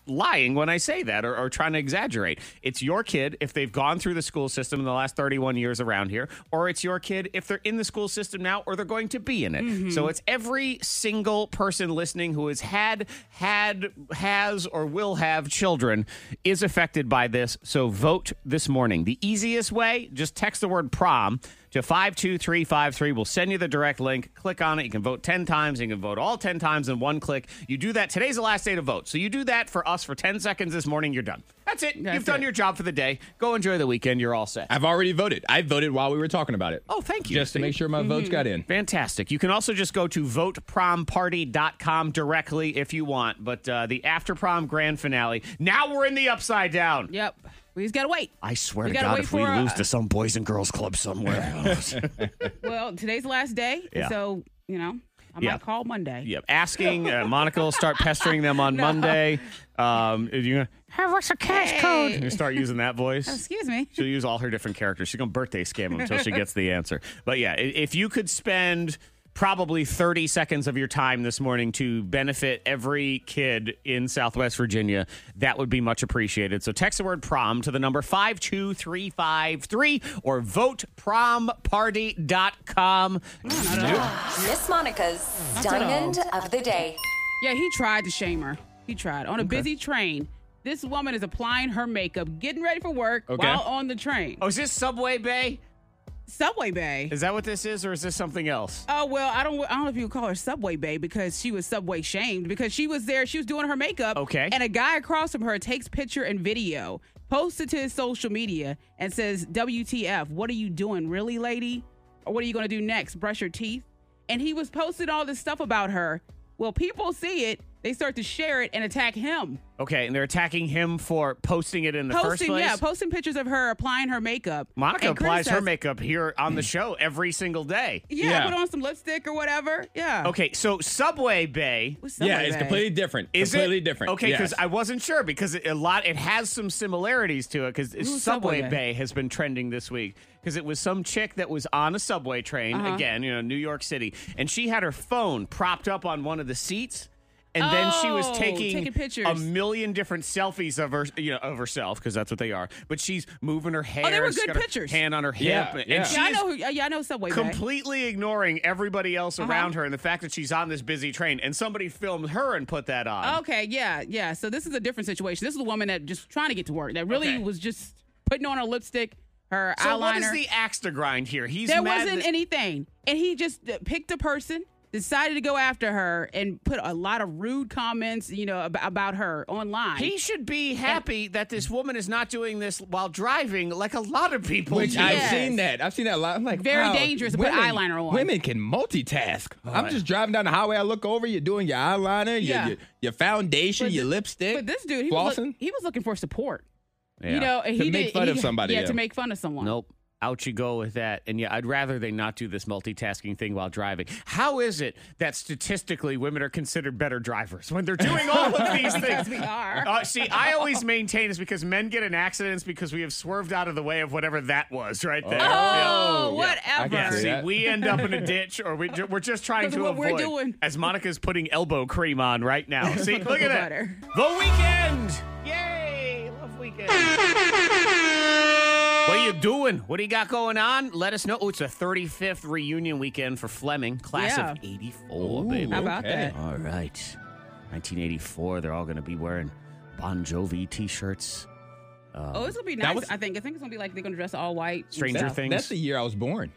S3: lying when I say that or, or trying to exaggerate. It's your kid if they've gone through the school system in the last 31 years around here, or it's your kid if they're in the school system now or they're going to be in it. So it's every single person listening who has had, had, has, or will have children is affected by this. So vote this morning. The easiest way, just text the word prom to 52353. We'll send you the direct link. Click on it. You can vote 10 times. You can vote all 10 times in one click. You do that. Today's the last day to vote. So you do that for us for 10 seconds this morning. You're done. That's it.
S6: That's
S3: You've done
S6: it.
S3: your job for the day. Go enjoy the weekend. You're all set.
S5: I've already voted. I voted while we were talking about it.
S3: Oh, thank you.
S5: Just to
S3: See?
S5: make sure my
S6: Mm-hmm.
S5: votes got in.
S3: Fantastic. You can also just go to votepromparty.com directly if you want. But uh, the after prom grand finale, now we're in the upside down.
S6: Yep. We just gotta wait.
S3: I swear
S6: We
S3: to
S6: gotta
S3: God,
S6: wait
S3: if we
S6: for,
S3: lose
S6: uh,
S3: to some Boys and Girls Club somewhere.
S6: Well, today's the last day, and
S3: Yeah.
S6: so you know I
S3: Yeah.
S6: might call Monday.
S3: Yep. Asking uh, Monica will start pestering them on Monday. Um, you gonna, hey, what's your cash code?
S6: Hey.
S3: You start using that voice.
S6: Excuse me.
S3: She'll use all her different characters. She's gonna birthday scam them until she gets the answer. But yeah, i- if you could spend probably 30 seconds of your time this morning to benefit every kid in Southwest Virginia, that would be much appreciated. So text the word prom to the number 52353 or votepromparty.com.
S2: Miss Monica's Diamond of the Day.
S6: Yeah, he tried to shame her. He tried on a busy train. This woman is applying her makeup, getting ready for work
S5: Okay.
S6: while on the train.
S3: Oh, is this Subway Bay?
S6: Subway Bay.
S3: Is that what this is, or is this something else?
S6: Oh well, I don't. I don't know if you would call her Subway Bay because she was Subway shamed because she was there. She was doing her makeup.
S3: Okay.
S6: And a guy across from her takes picture and video, posts it to his social media, and says, "WTF? What are you doing, really, lady? Or what are you going to do next? Brush your teeth?" And he was posting all this stuff about her. Well, people see it. They start to share it and attack him.
S3: Okay, and they're attacking him for posting it in the first
S6: posting,
S3: place.
S6: yeah, posting pictures of her applying her makeup.
S3: Monica
S6: and
S3: applies her
S6: criticizing-
S3: makeup here on the show every single day.
S6: Yeah,
S5: Yeah.
S6: put on some lipstick or whatever. Yeah.
S3: Okay, so Subway Bay
S6: With
S5: yeah,
S6: Subway
S5: it's
S6: Bay.
S5: completely different.
S3: is it-
S5: completely different.
S3: Okay, because
S5: Yes.
S3: I wasn't sure because it, a lot it has some similarities to it because Subway,
S6: Ooh, Subway
S3: Bay.
S6: Bay.
S3: has been trending this week because it was some chick that was on a subway train
S6: Uh-huh.
S3: again, you know, New York City, and she had her phone propped up on one of the seats. And then she was
S6: Oh,
S3: taking,
S6: taking pictures.
S3: a million different selfies of her, you know, of herself because that's what they are. But she's moving her hair.
S6: Oh, were
S3: and she's
S6: good
S3: got her
S6: pictures.
S3: Hand on her hip,
S5: Yeah,
S3: and
S5: yeah.
S3: she
S6: Yeah, I
S3: is
S6: know who. Yeah, I know Subway Bay.
S3: completely ignoring everybody else
S6: Uh-huh.
S3: around her and the fact that she's on this busy train. And somebody filmed her and put that on.
S6: Okay, yeah, yeah. So this is a different situation. This is a woman that just trying to get to work. That really
S3: Okay.
S6: was just putting on her lipstick, her
S3: So
S6: eyeliner.
S3: what is the axe to grind here? He's
S6: there
S3: mad
S6: wasn't
S3: that-
S6: anything, and he just uh, picked a person, decided to go after her, and put a lot of rude comments, you know, ab- about her online.
S3: He should be happy that this woman is not doing this while driving, like a lot of people.
S5: Which
S3: do.
S5: I've
S6: Yes.
S5: seen that. I've seen that a lot. I'm like,
S6: Very
S5: wow,
S6: dangerous to put eyeliner on.
S5: Women can multitask. I'm just driving down the highway. I look over. You're doing your eyeliner, your-
S6: Yeah.
S5: your, your, foundation,
S6: But
S5: your
S6: thi-
S5: lipstick.
S6: but this dude, he was,
S5: flossing.
S6: look- he was looking for support. You know, and
S5: To
S6: he
S5: make
S6: did,
S5: fun
S6: he-
S5: of somebody,
S6: Yeah,
S5: yeah.
S6: to make fun of someone.
S3: Nope. Out you go with that. And yeah, I'd rather they not do this multitasking thing while driving. How is it that statistically women are considered better drivers when they're doing all of these things?
S6: we are.
S3: Uh, see, I always maintain it's because men get in accidents because we have swerved out of the way of whatever that was right there.
S6: Oh,
S5: I
S6: whatever.
S5: can
S3: See,
S5: see that.
S3: we end up in a ditch, or we ju- we're just trying
S6: Look
S3: to
S6: at what
S3: avoid.
S6: we're doing.
S3: As Monica's putting elbow cream on right now. See, look at that.
S6: Butter.
S3: The weekend. Yay! Love weekend. What are you doing? What do you got going on? Let us know. Oh, it's the 35th reunion weekend for Fleming, class of 84, baby.
S6: How about that?
S3: All right. 1984, they're all going to be wearing Bon Jovi t shirts.
S6: Oh, it's gonna be nice.
S5: Um, was-
S6: I think. I think it's gonna be like they're gonna dress all white. and
S3: Stranger
S6: stuff.
S3: Things.
S5: That's the year I was born.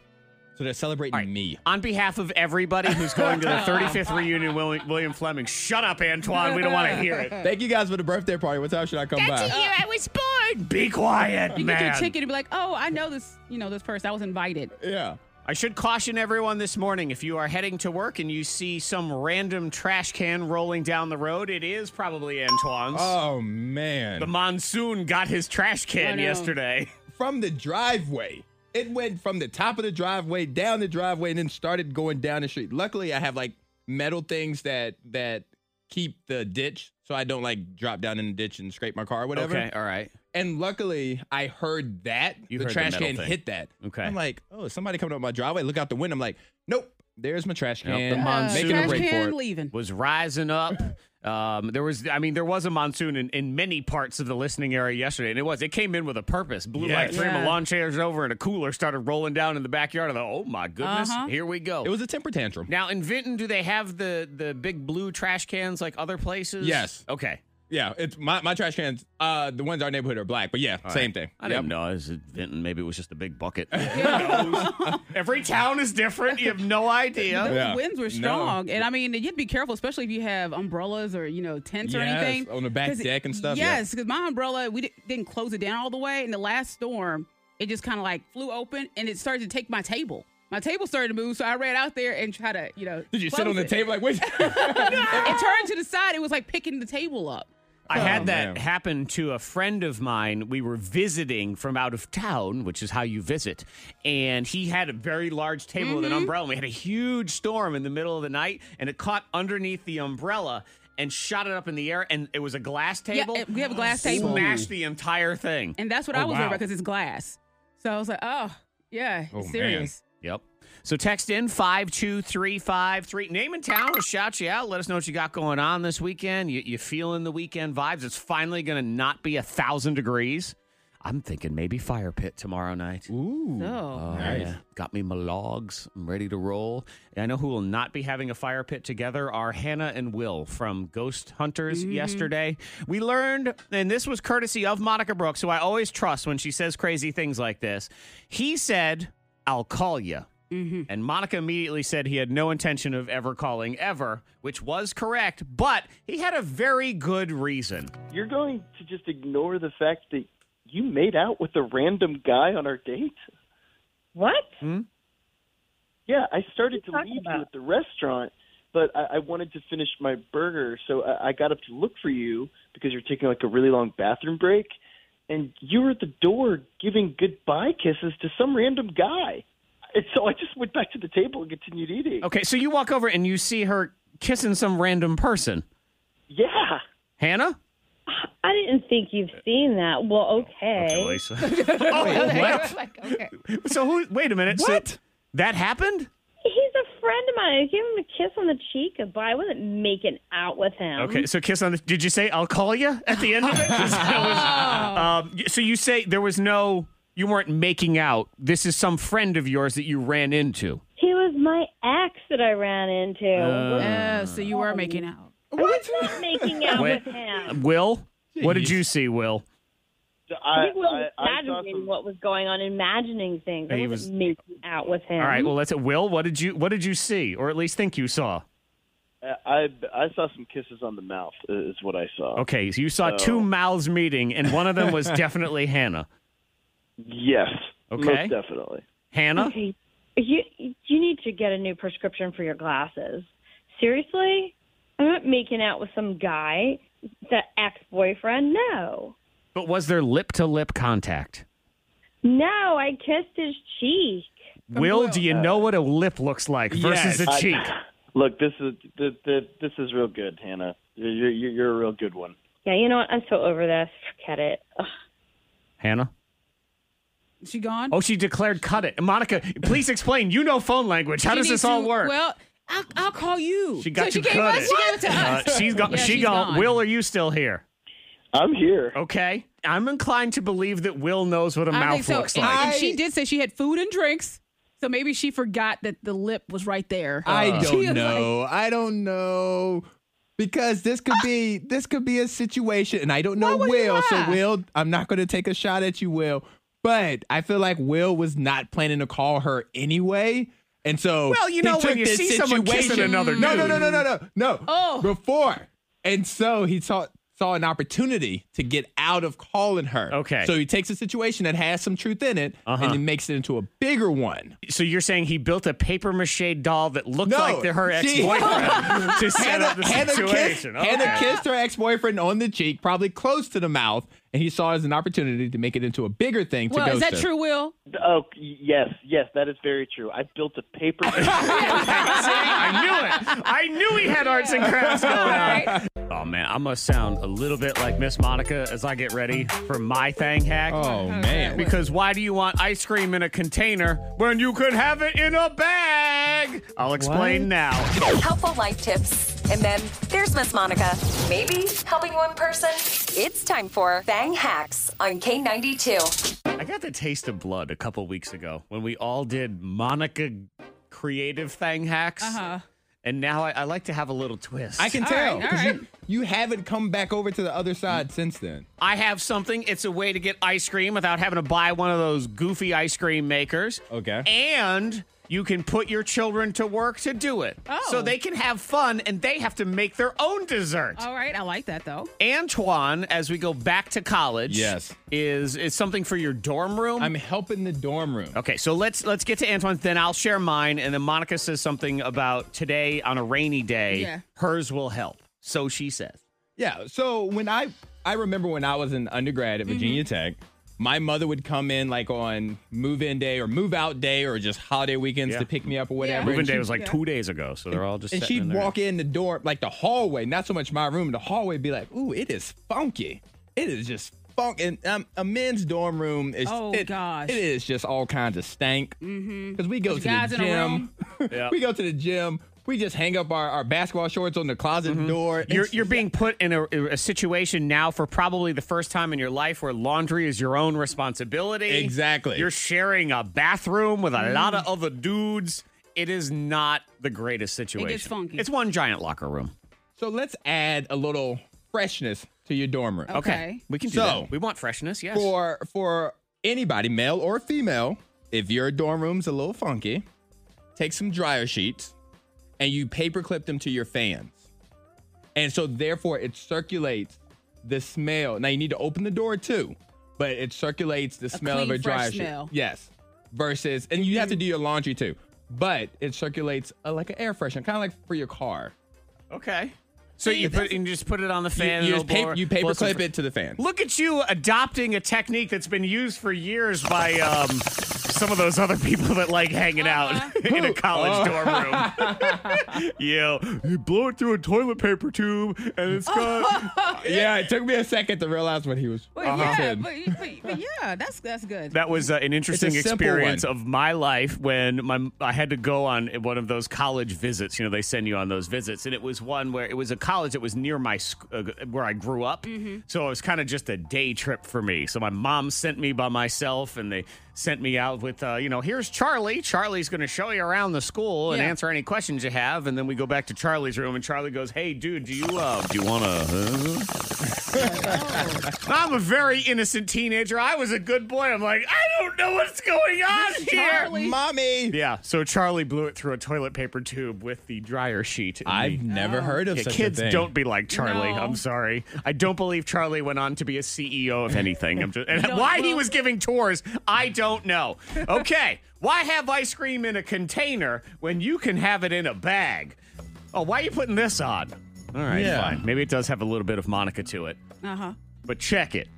S5: So they're celebrating
S3: All right.
S5: me.
S3: On behalf of everybody who's going to the 35th reunion, William, William Fleming, shut up, Antoine. We don't want to hear it.
S5: Thank you guys for the birthday party. What time should I come by?
S3: I was born. Be quiet,
S6: You get
S3: man.
S6: your ticket and be like, oh, I know this, you know, this person. I was invited.
S5: Yeah.
S3: I should caution everyone this morning if you are heading to work and you see some random trash can rolling down the road, it is probably Antoine's.
S5: Oh
S3: the
S5: man.
S3: monsoon got his trash can
S6: Oh, no.
S3: yesterday.
S5: From the driveway. It went from the top of the driveway down the driveway and then started going down the street. Luckily, I have like metal things that that keep the ditch so I don't like drop down in the ditch and scrape my car or whatever.
S3: Okay, all right.
S5: And luckily, I heard that
S3: You
S5: the
S3: heard the
S5: trash
S3: metal
S5: can
S3: thing.
S5: hit that.
S3: Okay.
S5: I'm like, oh, is somebody coming up my driveway. Look out the window. I'm like, nope. There's my trash
S3: Yep,
S5: can.
S3: the
S6: Uh,
S3: monsoon.
S5: Making a
S6: trash
S5: break
S6: can
S5: for it.
S6: leaving.
S3: was rising up. Um, there was, I mean, there was a monsoon in, in many parts of the listening area yesterday, and it was. It came in with a purpose. Blew like
S5: Yes.
S3: three
S6: Yeah.
S3: lawn chairs over, and a cooler started rolling down in the backyard. I thought, oh my goodness,
S6: Uh-huh.
S3: here we go.
S5: It was a temper tantrum.
S3: now in Vinton, do they have the the big blue trash cans like other places?
S5: Yes.
S3: Okay.
S5: Yeah, it's my, my trash cans. Uh, the ones in our neighborhood are black, but yeah, same thing.
S3: I
S5: Yep.
S3: didn't know. It was Vinton. Maybe it was just a big bucket. Every town is different. You have no idea.
S6: Those
S5: Yeah.
S6: winds were
S5: No.
S6: strong, and I mean, you'd be careful, especially if you have umbrellas or you know tents or
S5: Yes,
S6: anything
S5: on the back
S6: 'Cause-
S5: deck and stuff, yeah.
S6: Yes, because my umbrella we di- didn't close it down all the way. In the last storm, it just kind of like flew open, and it started to take my table. My table started to move, so I ran out there and tried to you know.
S5: Did you sit on
S6: close
S5: the
S6: it.
S5: table like wait?
S6: It turned to the side. It was like picking the table up.
S3: I had that
S5: Oh, man.
S3: happen to a friend of mine. We were visiting from out of town, which is how you visit. And he had a very large table with
S6: Mm-hmm.
S3: an umbrella. And we had a huge storm in the middle of the night, and it caught underneath the umbrella and shot it up in the air. And it was a glass table.
S6: it- we have a glass table.
S3: Smashed the entire thing.
S6: And that's what
S5: Oh,
S6: I was over
S5: wow.
S6: because it's glass. So I was like, oh, yeah,
S5: Oh, man.
S6: serious.
S3: Yep. So text in 52353. Name and town. We'll shout you out. Let us know what you got going on this weekend. You, you feeling the weekend vibes? It's finally going to not be a thousand degrees. I'm thinking maybe fire pit tomorrow night.
S5: Ooh.
S6: So,
S3: Oh, yeah. Got me my logs. I'm ready to roll. And I know who will not be having a fire pit together are Hannah and Will from Ghost Hunters yesterday. We learned, and this was courtesy of Monica Brooks, who I always trust when she says crazy things like this. He said, I'll call you. And Monica immediately said he had no intention of ever calling ever, which was correct, but he had a very good reason.
S7: You're going to just ignore the fact that you made out with a random guy on our date?
S8: What?
S3: Hmm?
S7: Yeah, I started to
S8: What are you
S7: leave
S8: talking
S7: you at the restaurant, but I, I wanted to finish my burger, so I, I got up to look for you because you're taking like a really long bathroom break, and you were at the door giving goodbye kisses to some random guy. And so I just went back to the table and continued eating.
S3: Okay, so you walk over and you see her kissing some random person.
S7: Yeah.
S3: Hannah?
S8: I didn't think you've seen that.
S3: Oh,
S8: Well, okay.
S3: So who? Wait a minute. What? that happened?
S8: He's a friend of mine. I gave him a kiss on the cheek goodbye. I wasn't making out with him.
S3: Okay. So kiss on the. Did you say I'll call you at the end of it? 'Cause that was- um, y- so you say there was no. You weren't making out. This is some friend of yours that you ran into.
S8: He was my ex that I ran into.
S3: Uh,
S6: yeah, Oh, so you were making out.
S8: what? I was not making out
S3: Wait.
S8: with him.
S3: Will, what did you see, Will?
S7: So
S8: I
S7: I,
S8: think we were
S7: I, I saw
S8: imagining
S7: some,
S8: what was going on, imagining things. I
S3: He
S8: wasn't
S3: was-
S8: making out with him.
S3: All right. Well, let's. Will, what did you? What did you see, or at least think you saw?
S7: I, I saw some kisses on the mouth is what I saw.
S3: Okay. So you saw two
S7: Oh.
S3: mouths meeting, and one of them was definitely Hannah.
S7: Yes. Most
S3: Okay.
S7: definitely.
S3: Hannah.
S8: Okay. You you need to get a new prescription for your glasses. Seriously? I'm not making out with some guy, the ex boyfriend. No.
S3: But was there lip to lip contact?
S8: No, I kissed his cheek.
S3: Will, do you know what a lip looks like versus
S5: Yes.
S3: a cheek?
S7: Look, this is th th this is real good, Hannah. You're, you're, you're a real good one.
S8: Yeah, you know what? I'm so over this. Forget it. Ugh.
S3: Hannah.
S6: She gone?
S3: Oh, she declared cut it. Monica, please explain. You know phone language. How
S6: She
S3: does
S6: needs
S3: this all
S6: to-
S3: work?
S6: Well, I'll, I'll call you.
S3: she got
S6: so she
S3: you
S6: gave
S3: cut
S6: us,
S3: it.
S6: She gave it to us.
S3: Uh, she's gone.
S6: Yeah,
S3: she
S6: she's
S3: gone.
S6: gone.
S3: Will, are you still here?
S7: I'm here.
S3: Okay. I'm inclined to believe that Will knows what a
S6: I
S3: mouth
S6: think so.
S3: looks
S6: and,
S3: like.
S6: and she did say she had food and drinks, so maybe she forgot that the lip was right there.
S5: I
S3: Uh,
S6: She was
S5: don't
S6: like-
S5: know. I don't know. Because this could be this could be a situation, and I don't know
S6: would you
S5: Will. So
S6: lie?
S5: Will, I'm not going to take a shot at you, Will. But I feel like Will was not planning to call her anyway, and so
S3: Well, you
S5: he
S3: know,
S5: took
S3: when you
S5: this
S3: see someone kissing
S5: situation-
S3: another
S5: No, no,
S3: dude.
S5: no, no, no, no, no.
S6: Oh.
S5: Before, and so he thought saw an opportunity to get out of calling her.
S3: Okay.
S5: So he takes a situation that has some truth in it
S3: Uh-huh.
S5: and he makes it into a bigger one.
S3: So you're saying he built a paper mache doll that looked
S5: No,
S3: like the, her ex
S5: she-
S3: boyfriend to set up the
S5: Hannah kissed,
S3: situation?
S5: Hannah
S3: Okay.
S5: kissed her ex boyfriend on the cheek, probably close to the mouth, and he saw it as an opportunity to make it into a bigger thing. To
S6: Well,
S5: go
S6: is that
S5: to.
S6: true, Will?
S7: Oh yes, yes, that is very true. I built a paper.
S3: See, I knew it. I knew he had arts and crafts going on. Oh man, I must sound a little bit like Miss Monica as I get ready for my thing hack.
S5: Oh man.
S3: Because why do you want ice cream in a container when you could have it in a bag? I'll explain now.
S2: helpful life tips. And then there's Miss Monica. Maybe helping one person. It's time for Bang Hacks on K92.
S3: I got the taste of blood a couple weeks ago when we all did Monica creative thing hacks.
S6: Uh-huh.
S3: And now I, I like to have a little twist.
S5: I can
S6: All right,
S5: tell
S6: all
S5: 'cause
S6: right.
S5: you, you haven't come back over to the other side since then.
S3: I have something. It's a way to get ice cream without having to buy one of those goofy ice cream makers.
S5: Okay.
S3: And you can put your children to work to do it.
S6: Oh.
S3: So they can have fun and they have to make their own dessert.
S6: All right, I like that though.
S3: Antoine, as we go back to college,
S5: Yes.
S3: is is something for your dorm room.
S5: I'm helping the dorm room.
S3: okay, so let's let's get to Antoine's, then I'll share mine, and then Monica says something about today on a rainy day.
S6: Yeah.
S3: Hers will help. So she says.
S5: Yeah. So when I I remember when I was an undergrad at
S6: Mm-hmm.
S5: Virginia Tech, my mother would come in like on move in day or move out day or just holiday weekends
S3: Yeah.
S5: to pick me up or whatever.
S6: Move-in
S5: and she-
S3: like two days ago, so they're all just.
S5: and she'd walk in the door, like the hallway, not so much my room, the hallway be like, ooh, it is funky. It is just funk. And um, a men's dorm room is
S6: Oh,
S5: it,
S6: gosh. Mm-hmm.
S5: it is just all kinds of stank. Because we go to
S6: guys
S5: the
S6: in a
S5: gym.
S6: room?
S3: Yeah.
S5: we go to the gym. We just hang up our, our basketball shorts on the closet door.
S3: Mm-hmm. You're,
S5: It's-
S3: you're being put in a, a situation now for probably the first time in your life where laundry is your own responsibility.
S5: Exactly. Mm.
S3: You're sharing a bathroom with a lot of other dudes. It is not the greatest situation.
S6: funky.
S3: It's one giant locker room.
S5: So let's add a little freshness to your dorm room.
S3: Okay.
S6: Okay.
S3: We can do
S5: So-
S3: that. We want freshness, yes.
S5: For for anybody, male or female, if your dorm room's a little funky, take some dryer sheets and you paperclip them to your fans. And so therefore it circulates the smell. Now you need to open the door too, but it circulates the smell of
S6: clean,
S5: a dryer
S6: fresh
S5: sheet.
S6: smell.
S5: Yes. Versus and you have to do your laundry too. But it circulates uh, like an air freshener, kind of like for your car.
S3: okay. So you put and you just put it on the fan.
S5: you, you,
S3: and
S5: just
S3: it'll
S5: paper,
S3: blow-
S5: you
S3: blow some
S5: paperclip
S3: fr-
S5: it to the fan.
S3: Look at you adopting a technique that's been used for years by um, some of those other people that like hanging out in a college dorm room. you, you blow it through a toilet paper tube, and it's got.
S5: Yeah, it took me a second to realize what he was.
S6: But yeah, but, but, but yeah, that's that's good.
S3: that was uh, an interesting
S5: simple
S3: experience
S5: one.
S3: of my life when my I had to go on one of those college visits. You know, they send you on those visits, and it was one where it was a college that was near my sc- uh, where I grew up.
S5: Mm-hmm.
S3: So it was kind of just a day trip for me. So my mom sent me by myself, and they sent me out with uh, you know, here's Charlie. Charlie's going to show you around the school and
S6: Yeah.
S3: answer any questions you have, and then we go back to Charlie's room, and Charlie goes, "Hey, dude, do you uh, do you want to?" I'm a very innocent teenager. I was a good boy. I'm like, I don't know what's going on here.
S6: Charlie.
S5: Mommy.
S3: Yeah, so Charlie blew it through a toilet paper tube with the dryer sheet. in
S5: I've
S3: the-
S5: never heard of
S3: Yeah,
S5: such
S3: kids
S5: a thing.
S3: don't be like Charlie.
S6: No.
S3: I'm sorry. I don't believe Charlie went on to be a CEO of anything. I'm just, and
S6: don't-
S3: why he
S6: well-
S3: was giving tours, I don't know. Okay, why have ice cream in a container when you can have it in a bag? Oh, why are you putting this on? All right,
S5: Yeah.
S3: fine. Maybe it does have a little bit of Monica to it,
S6: Uh huh.
S3: but check it.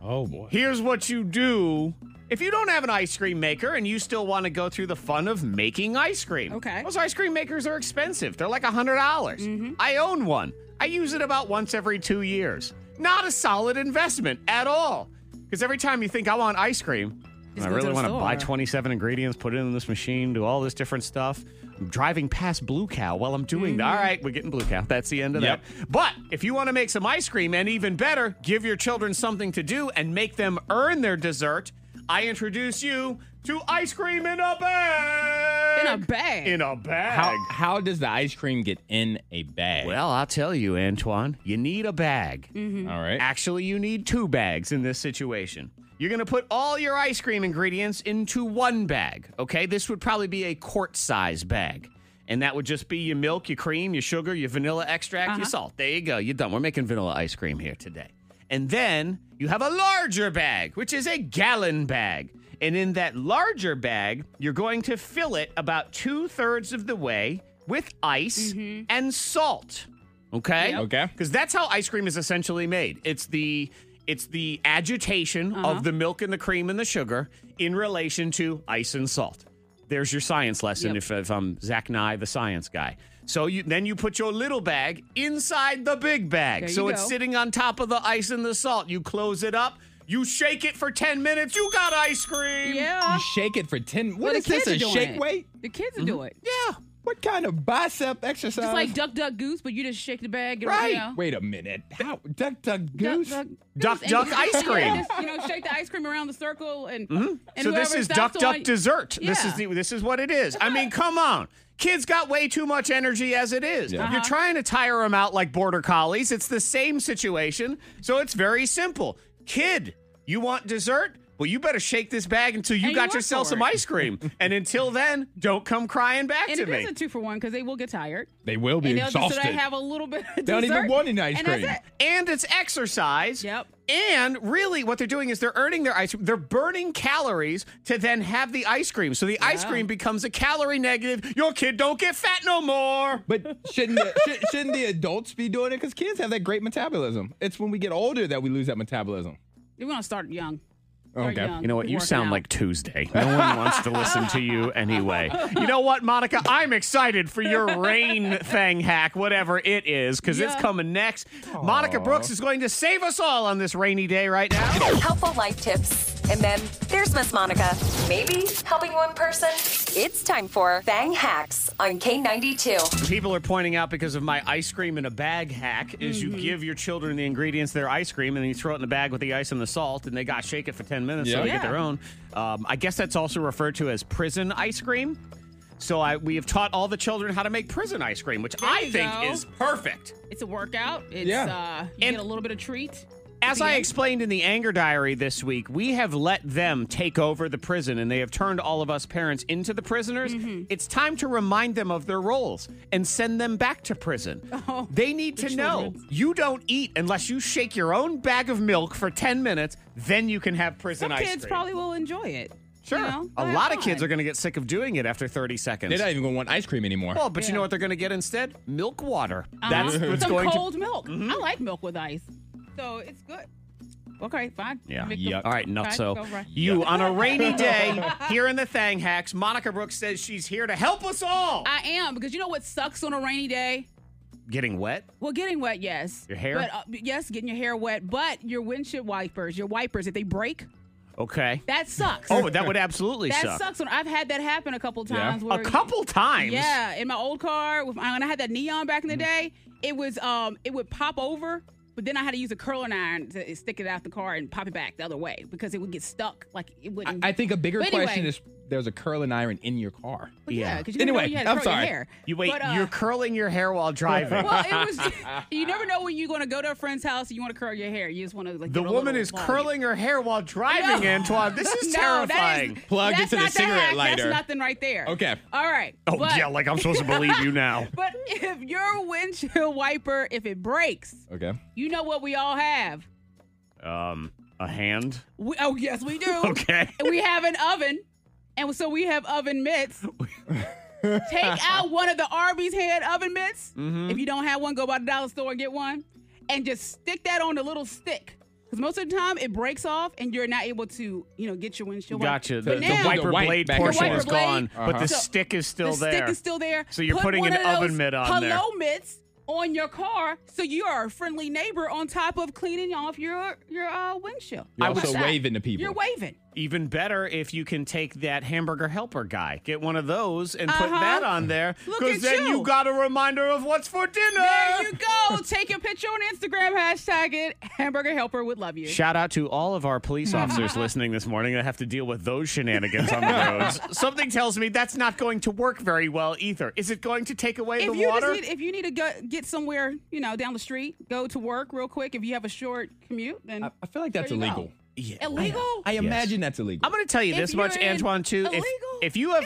S5: Oh boy.
S3: Here's what you do if you don't have an ice cream maker and you still want to go through the fun of making ice cream.
S6: Okay. Mm-hmm.
S3: Those ice cream makers are expensive. They're like $100. dollars I own one. I use it about once every 2 years. Not a solid investment at all. Cuz every time you think I want ice cream,
S6: Just go to
S3: I really
S6: the
S3: want to
S6: store.
S3: buy 27 ingredients, put it in this machine, do all this different stuff. I'm driving past Blue Cow while I'm doing
S6: Mm-hmm.
S3: that. All right, we're getting Blue Cow. That's the end of
S5: Yep.
S3: that. But if you want to make some ice cream and even better, give your children something to do and make them earn their dessert, I introduce you to ice cream in a bag.
S6: In a bag.
S3: In a bag.
S5: How, how does the ice cream get in a bag?
S3: well, I'll tell you, Antoine, you need a bag.
S6: mm-hmm.
S5: all right.
S3: Actually, you need two bags in this situation. You're going to put all your ice cream ingredients into one bag, okay? This would probably be a quart size bag. And that would just be your milk, your cream, your sugar, your vanilla extract, your salt. There you go. You're done. We're making vanilla ice cream here today. And then you have a larger bag, which is a gallon bag. And in that larger bag, you're going to fill it about two thirds of the way with ice and salt. Okay?
S5: Okay.
S3: Because that's how ice cream is essentially made. It's the it's the agitation
S6: Uh-huh.
S3: of the milk and the cream and the sugar in relation to ice and salt. There's your science lesson
S6: Yep.
S3: if, if I'm Zach Nye, the science guy. So you then you put your little bag inside the big bag.
S6: There you
S3: so it's
S6: go.
S3: sitting on top of the ice and the salt. You close it up, you shake it for 10 minutes, you got ice cream.
S6: Yeah.
S5: You shake it for 10
S6: Well,
S5: What
S6: the
S5: is this,
S6: kids
S5: a
S6: Ah. are doing
S5: shake
S6: it.
S5: weight?
S6: The kids are doing it.
S3: Yeah.
S5: What kind of bicep exercise?
S6: It's like duck, duck, goose, but you just shake the bag. Get
S5: Right.
S6: You know,
S5: Wait a minute. How? Duck,
S6: duck,
S5: duck, goose?
S6: duck,
S3: Duck,
S6: goose, and
S3: duck
S6: you-
S3: ice
S6: yeah,
S3: cream.
S6: just, you know, shake the ice cream around the circle, and, and
S3: Mm-hmm. so this
S6: whoever
S3: is duck
S6: stops
S3: duck
S6: on-
S3: dessert. This
S6: Yeah.
S3: is the, this is what it is. I mean, come on. Kids got way too much energy as it is. You're
S6: Uh-huh.
S3: trying to tire them out like border collies. It's the same situation. So it's very simple. Kid, you want dessert? Well, you better shake this bag until you
S6: And you
S3: got
S6: work
S3: yourself
S6: for
S3: some
S6: it.
S3: ice cream. and until then, don't come crying back
S6: And
S3: to
S6: it
S3: me.
S6: is a two for one because they will get tired.
S5: They will be
S6: and they'll
S5: exhausted.
S6: just sit there and have a little bit. Of
S5: don't even
S6: dessert,
S5: want an ice
S6: and that's
S5: cream.
S6: it.
S3: and it's exercise.
S6: Yep.
S3: And really, what they're doing is they're earning their ice. They're burning calories to then have the ice cream. So the ice cream becomes a calorie negative. Your kid don't get fat no more.
S5: But shouldn't the, should, shouldn't the adults be doing it? Because kids have that great metabolism. It's when we get older that we lose that metabolism.
S6: You're gonna start young. Start
S5: Okay.
S6: young,
S3: Oh, You know what? You
S6: working
S3: sound
S6: out.
S3: like Tuesday. No one wants to listen to you anyway. You know what, Monica? I'm excited for your rain thing hack, whatever it is, because it's
S6: Yeah.
S3: coming next. Monica Brooks is going to save us all on this rainy day right now.
S2: Helpful life tips. And then there's Miss Monica. Maybe helping one person. It's time for Bang Hacks on K92.
S3: People are pointing out because of my ice cream in a bag hack is
S6: Mm-hmm.
S3: you give your children the ingredients of their ice cream and then you throw it in a bag with the ice and the salt and they got to shake it for 10 minutes so
S5: Yeah.
S3: they get
S6: Yeah.
S3: their own. Um, I guess that's also referred to as prison ice cream. So I, we have taught all the children how to make prison ice cream, which I
S6: you
S3: think
S6: go.
S3: is perfect.
S6: It's a workout. It's
S5: Yeah.
S6: uh you
S3: And-
S6: get a little bit of treat.
S3: As I explained in the anger diary this week, we have let them take over the prison and they have turned all of us parents into the prisoners.
S6: Mm-hmm.
S3: It's time to remind them of their roles and send them back to prison.
S6: Oh,
S3: they need to know you don't eat unless you shake your own bag of milk for 10 minutes, then you can have prison
S6: Some
S3: ice
S6: kids
S3: cream.
S6: probably will enjoy it.
S3: sure.
S6: You know?
S3: A
S6: Have
S3: lot of
S6: fun.
S3: kids are going to get sick of doing it after 30 seconds.
S5: They're not even going to want ice cream anymore.
S3: well, but you know what they're going to get instead? Milk water. That's
S6: Uh-huh.
S3: what's
S6: Some
S3: going to Mm-hmm.
S6: cold milk. I like milk with ice, so it's good. Okay, fine.
S3: Yeah.
S6: Victor-
S5: Yuck.
S3: All right,
S6: Fine,
S3: not so.
S6: go right.
S3: You on a rainy day here in the Thang Hacks, Monica Brooks says she's here to help us all.
S6: I am because you know what sucks on a rainy day?
S3: Getting wet?
S6: Well, getting wet, yes.
S3: Your hair?
S6: But, uh, yes, getting your hair wet. But your windshield wipers, your wipers, if they break,
S3: Okay.
S6: that sucks.
S3: Oh, that would absolutely
S6: that
S3: suck.
S6: sucks. When I've had that happen a couple times.
S3: A
S6: where-
S3: couple times. Mm-hmm.
S6: Yeah, in my old car, with my, when I had that neon back in the day, it was um, it would pop over, but then I had to use a curling iron to stick it out the car and pop it back the other way because it would get stuck. Like it
S5: I,
S6: wouldn't.
S5: I think a bigger
S6: But anyway.
S5: question is there's a curling iron in your car.
S6: But yeah,
S3: Yeah.
S6: because you didn't
S5: Anyway,
S6: know you had to
S5: I'm
S6: curl your
S5: sorry.
S6: hair.
S3: You wait,
S6: But, uh,
S3: you're curling your hair while driving.
S6: well, it was. You never know when you're going to go to a friend's house and you want to curl your hair. You just want to like.
S3: the
S6: give it a
S3: woman
S6: little
S3: is
S6: volume.
S3: curling her hair while driving,
S6: No.
S3: Antoine. This is
S6: No, that is-
S3: terrifying.
S5: Plugged
S6: that's
S5: into the
S6: not
S5: cigarette
S6: hack.
S5: lighter.
S6: That's nothing right there.
S5: Okay.
S6: All right.
S3: oh,
S6: but-
S3: yeah, like I'm supposed to believe you now.
S6: But if your windshield wiper, if it breaks,
S5: Okay.
S6: you know what we all have.
S3: Um, a hand?
S6: We, oh yes, we do.
S3: Okay.
S6: And we have an oven, and so we have oven mitts. Take out one of the Arby's head oven mitts.
S3: Mm-hmm.
S6: If you don't have one, go by the dollar store and get one, and just stick that on the little stick. Because most of the time it breaks off, and you're not able to, you know, get your windshield. wiper.
S3: Gotcha.
S6: But
S3: The, the
S6: now-
S3: wiper
S5: The white
S3: blade
S5: back and
S3: portion
S6: forth.
S3: is gone,
S6: Wiper
S3: but
S6: blade.
S3: the
S6: Uh-huh.
S3: stick is still
S6: the
S3: there.
S6: stick is still there.
S3: So you're
S6: Put
S3: putting
S6: one
S3: an
S6: of those
S3: oven mitt on
S6: hello mitts on your car, so you are a friendly neighbor. On top of cleaning off your your uh, windshield,
S5: You're
S3: I would
S5: also
S3: say-
S5: waving to people.
S6: you're waving.
S3: Even better if you can take that hamburger helper guy, get one of those, and put
S6: Uh-huh.
S3: that on there.
S6: Look
S3: Because
S6: at
S3: then
S6: you.
S3: you got a reminder of what's for dinner.
S6: There you go. Take your picture on Instagram, hashtag it. Hamburger Helper would love you.
S3: Shout out to all of our police officers listening this morning that have to deal with those shenanigans on the roads. Something tells me that's not going to work very well either. Is it going to take away
S6: if
S3: the
S6: you
S3: water?
S6: just need, if you need to go, get somewhere, you know, down the street, go to work real quick. If you have a short commute, then
S5: I, I feel like that's
S6: there you go.
S5: illegal.
S3: Yeah.
S6: Illegal?
S5: I imagine that's illegal.
S3: I'm going to tell you
S6: If
S3: this much,
S6: you're in-
S3: Antoine, too. If,
S6: Illegal?
S3: If you have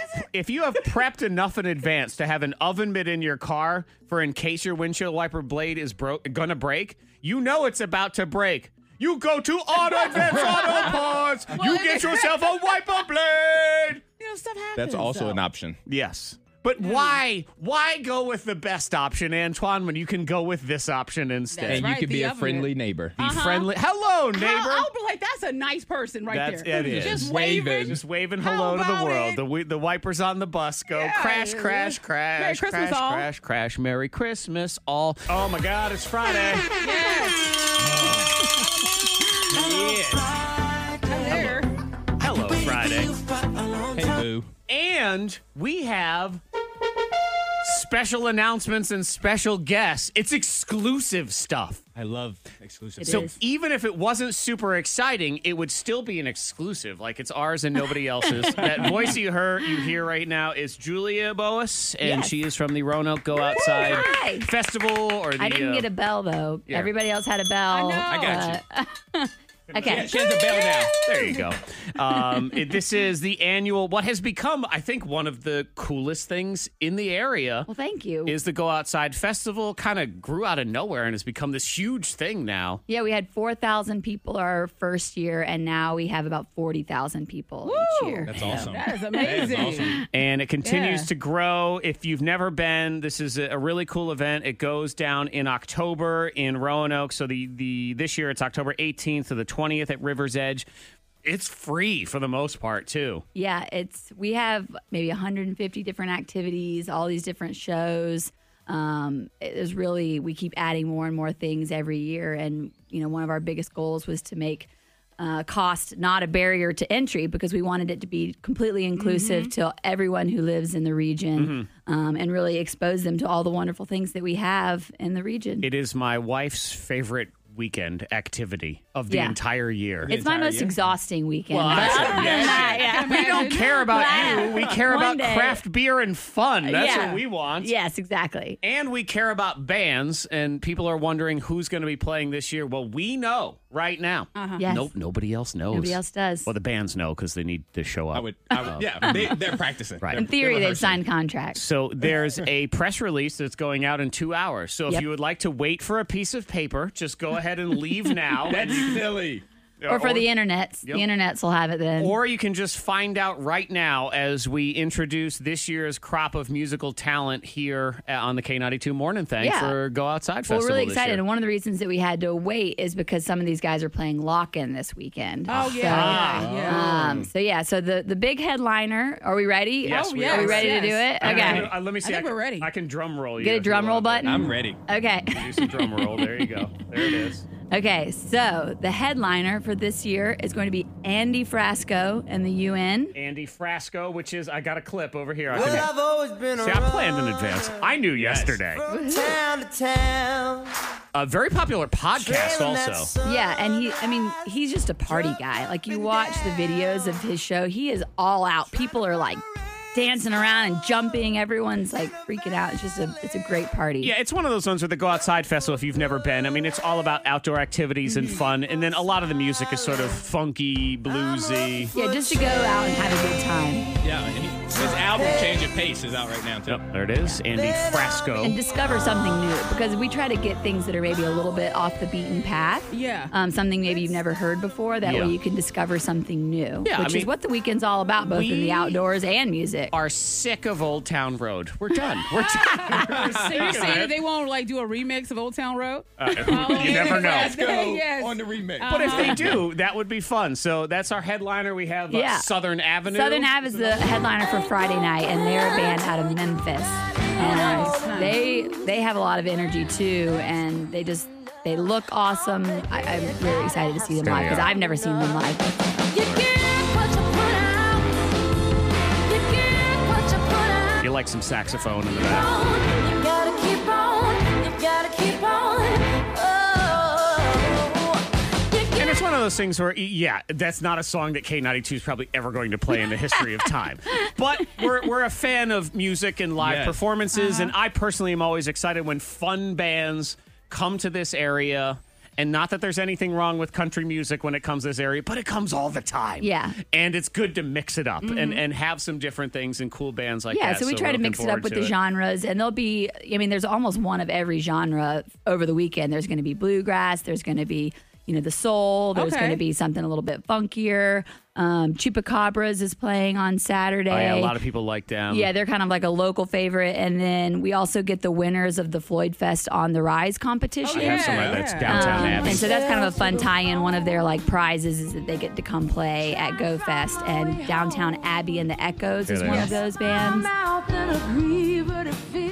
S3: if you have prepped enough in advance to have an oven mitt in your car for in case your windshield wiper blade is bro- gonna break, you know it's about to break. You go to Auto Advance Auto Parts. you get yourself a wiper blade.
S6: You know, stuff happens.
S5: That's also
S6: though.
S5: an option.
S3: Yes. But
S6: Hmm.
S3: why why go with the best option, Antoine, when you can go with this option instead?
S6: That's
S5: and
S6: right,
S5: you could
S6: the
S5: be a
S6: oven
S5: friendly neighbor.
S3: Be friendly. Hello, neighbor.
S6: Uh-huh. How, I'll be like, that's a nice person right
S3: That's
S6: there.
S3: it is.
S6: Just
S3: Just
S6: waving.
S5: waving.
S3: Just waving
S6: How
S3: hello to the
S6: about
S3: world.
S6: it?
S3: The wi- the wipers on the bus go
S6: Yeah.
S3: crash, crash, crash,
S6: Merry Christmas,
S3: crash,
S6: all.
S3: crash, crash. Merry Christmas, all. Oh my God, it's Friday.
S6: Yes. Hello, there.
S3: Hello, Friday.
S5: Hey, boo.
S3: And we have special announcements and special guests. It's exclusive stuff.
S9: I love exclusive.
S3: So
S6: is.
S3: even if it wasn't super exciting, it would still be an exclusive. Like it's ours and nobody else's. that voice you heard you hear right now is Julia Boas, and
S10: Yes.
S3: she is from the Roanoke Go Outside
S10: hi.
S3: Festival or the
S10: I didn't
S3: uh,
S10: get a bell though.
S3: yeah.
S10: Everybody else had a bell.
S6: I know. I
S10: got you. okay.
S5: She has a bell now.
S3: There you go. Um, it- this is the annual, what has become, I think, one of the coolest things in the area.
S10: Well, thank you.
S3: Is the Go Outside Festival kind of grew out of nowhere and has become this huge thing now?
S10: yeah, we had 4,000 people our first year, and now we have about 40,000 people each
S6: Woo.
S10: year.
S9: That's awesome.
S6: That is amazing.
S3: and it continues
S6: Yeah.
S3: to grow. If you've never been, this is a a really cool event. It goes down in October in Roanoke. So the the this year it's October 18th to the 20th at River's Edge. It's free for the most part too.
S10: Yeah, it's we have maybe 150 different activities, all these different shows. Um, it is really we keep adding more and more things every year, and you know one of our biggest goals was to make uh, cost not a barrier to entry because we wanted it to be completely inclusive to everyone who lives in the region, um, and really expose them to all the wonderful things that we have in the region.
S3: It is my wife's favorite weekend activity of the
S10: Yeah.
S3: entire year.
S10: it's my most exhausting weekend.
S3: Well,
S10: but
S3: I-
S10: other than
S3: yes.
S10: that, yeah.
S3: we don't care about
S10: Well,
S3: you. We care
S10: one
S3: about
S10: day-
S3: craft beer and fun. That's
S10: Yeah.
S3: what we want.
S10: Yes, exactly.
S3: And we care about bands, and people are wondering who's going to be playing this year. Well, we know right now.
S10: Yes.
S3: Nope, nobody else knows.
S10: Nobody else does.
S3: Well, the bands know because they need to show up.
S5: I would, I would yeah, they, they're practicing.
S3: Right.
S5: They're-
S10: In theory,
S5: they're
S10: they've
S5: rehearsing.
S10: signed contracts.
S3: So there's a press release that's going out in two hours. So if
S10: Yep.
S3: you would like to wait for a piece of paper, just go ahead and leave now.
S5: That's silly.
S10: Or for the internets. The internets will have it then.
S3: Or you can just find out right now as we introduce this year's crop of musical talent here uh, on the K92 Morning Thing
S10: Yeah.
S3: for Go Outside Festival.
S10: We're really
S3: this
S10: excited.
S3: year.
S10: And one of the reasons that we had to wait is because some of these guys are playing lock in this weekend.
S6: Oh,
S10: So,
S3: Ah.
S6: yeah. yeah, yeah.
S10: Um, so yeah, so the, the big headliner, are we ready?
S3: Yes,
S10: are,
S3: we
S10: we
S3: are.
S10: ready to do
S6: Oh, Yes.
S10: it?
S3: I can
S10: Okay.
S3: do- uh, let me see.
S6: think
S3: can-
S6: we're ready.
S3: I can drum roll you.
S10: Get a
S3: if you
S10: drum roll
S3: want.
S10: button.
S5: I'm ready.
S10: Okay.
S3: Do some drum roll. There you go. There it is.
S10: Okay. So the headliner for this year is going to be Andy Frasco and the UN.
S3: Andy Frasco, which is I got a clip over here. I think- See, I planned in advance. I knew yesterday. A very popular podcast, also.
S10: Yeah, and he I mean, he's just a party guy. Like you watch the videos of his show, he is all out. People are like dancing around and jumping. Everyone's like freaking out. It's just a it's a great party.
S3: Yeah, it's one of those ones where the Go Outside Festival, if you've never been, I mean, it's all about outdoor activities and fun. And then a lot of the music is sort of funky, bluesy.
S10: Yeah, just to go out and have a good time
S5: Yeah, and he, his album Change of Pace is out right now too.
S3: Yep, there it is. Andy
S10: and
S3: Frasco.
S10: discover something new because we try to get things that are maybe a little bit off the beaten path.
S6: Yeah.
S10: Um, something maybe you've never heard before. That
S3: Yeah.
S10: way you can discover something new,
S3: Yeah, I
S10: which is
S3: mean,
S10: what the weekend's all about, both in
S3: we
S10: the outdoors and music.
S3: Are sick of Old Town Road. We're done. We're done. We're
S6: So
S3: sick
S6: you're
S3: of
S6: saying
S3: it.
S6: that they won't like do a remix of Old Town Road?
S3: you never know.
S5: Let's go
S6: Yes.
S5: on the remix.
S3: But if
S10: Uh-huh.
S3: they do, that would be fun. So that's our headliner. We have uh,
S10: Yeah.
S3: Southern Avenue.
S10: Southern Ave is the headliner for Friday night, and they're a band out of Memphis. And they they have a lot of energy too, and they just they look awesome. I, I'm really excited to see them live because I've never seen them live.
S3: You like some saxophone in the back.
S4: Oh.
S3: And it's one of those things where, yeah, that's not a song that K92 is probably ever going to play in the history of time. But we're, we're a fan of music and live
S5: Yes.
S10: Uh-huh.
S3: performances. And I personally am always excited when fun bands come to this area And not that there's anything wrong with country music when it comes to this area, but it comes all the time.
S10: Yeah. Mm-hmm.
S3: And it's good to mix it up and, and have some different things and cool bands like
S10: yeah,
S3: that.
S10: so we try
S3: we're
S10: to mix
S3: looking
S10: it up
S3: forward
S10: with
S3: to
S10: the
S3: it.
S10: genres, and there'll be, I mean, there's almost one of every genre over the weekend. There's going to be bluegrass, there's going to be, you know, the soul, there's
S6: Okay.
S10: going to be something a little bit funkier. Um, Chupacabras is playing on Saturday.
S3: Oh, yeah, a lot of people like them.
S10: Yeah, they're kind of like a local favorite. And then we also get the winners of the Floyd Fest on the Rise competition.
S3: I have some
S6: Yeah.
S3: of that's downtown
S10: Um,
S3: Abbey.
S10: and so that's kind of a fun tie-in. One of their like prizes is that they get to come play at Go Fest and Downtown Abbey and the Echoes is
S3: Good
S10: one
S3: idea.
S10: of those bands.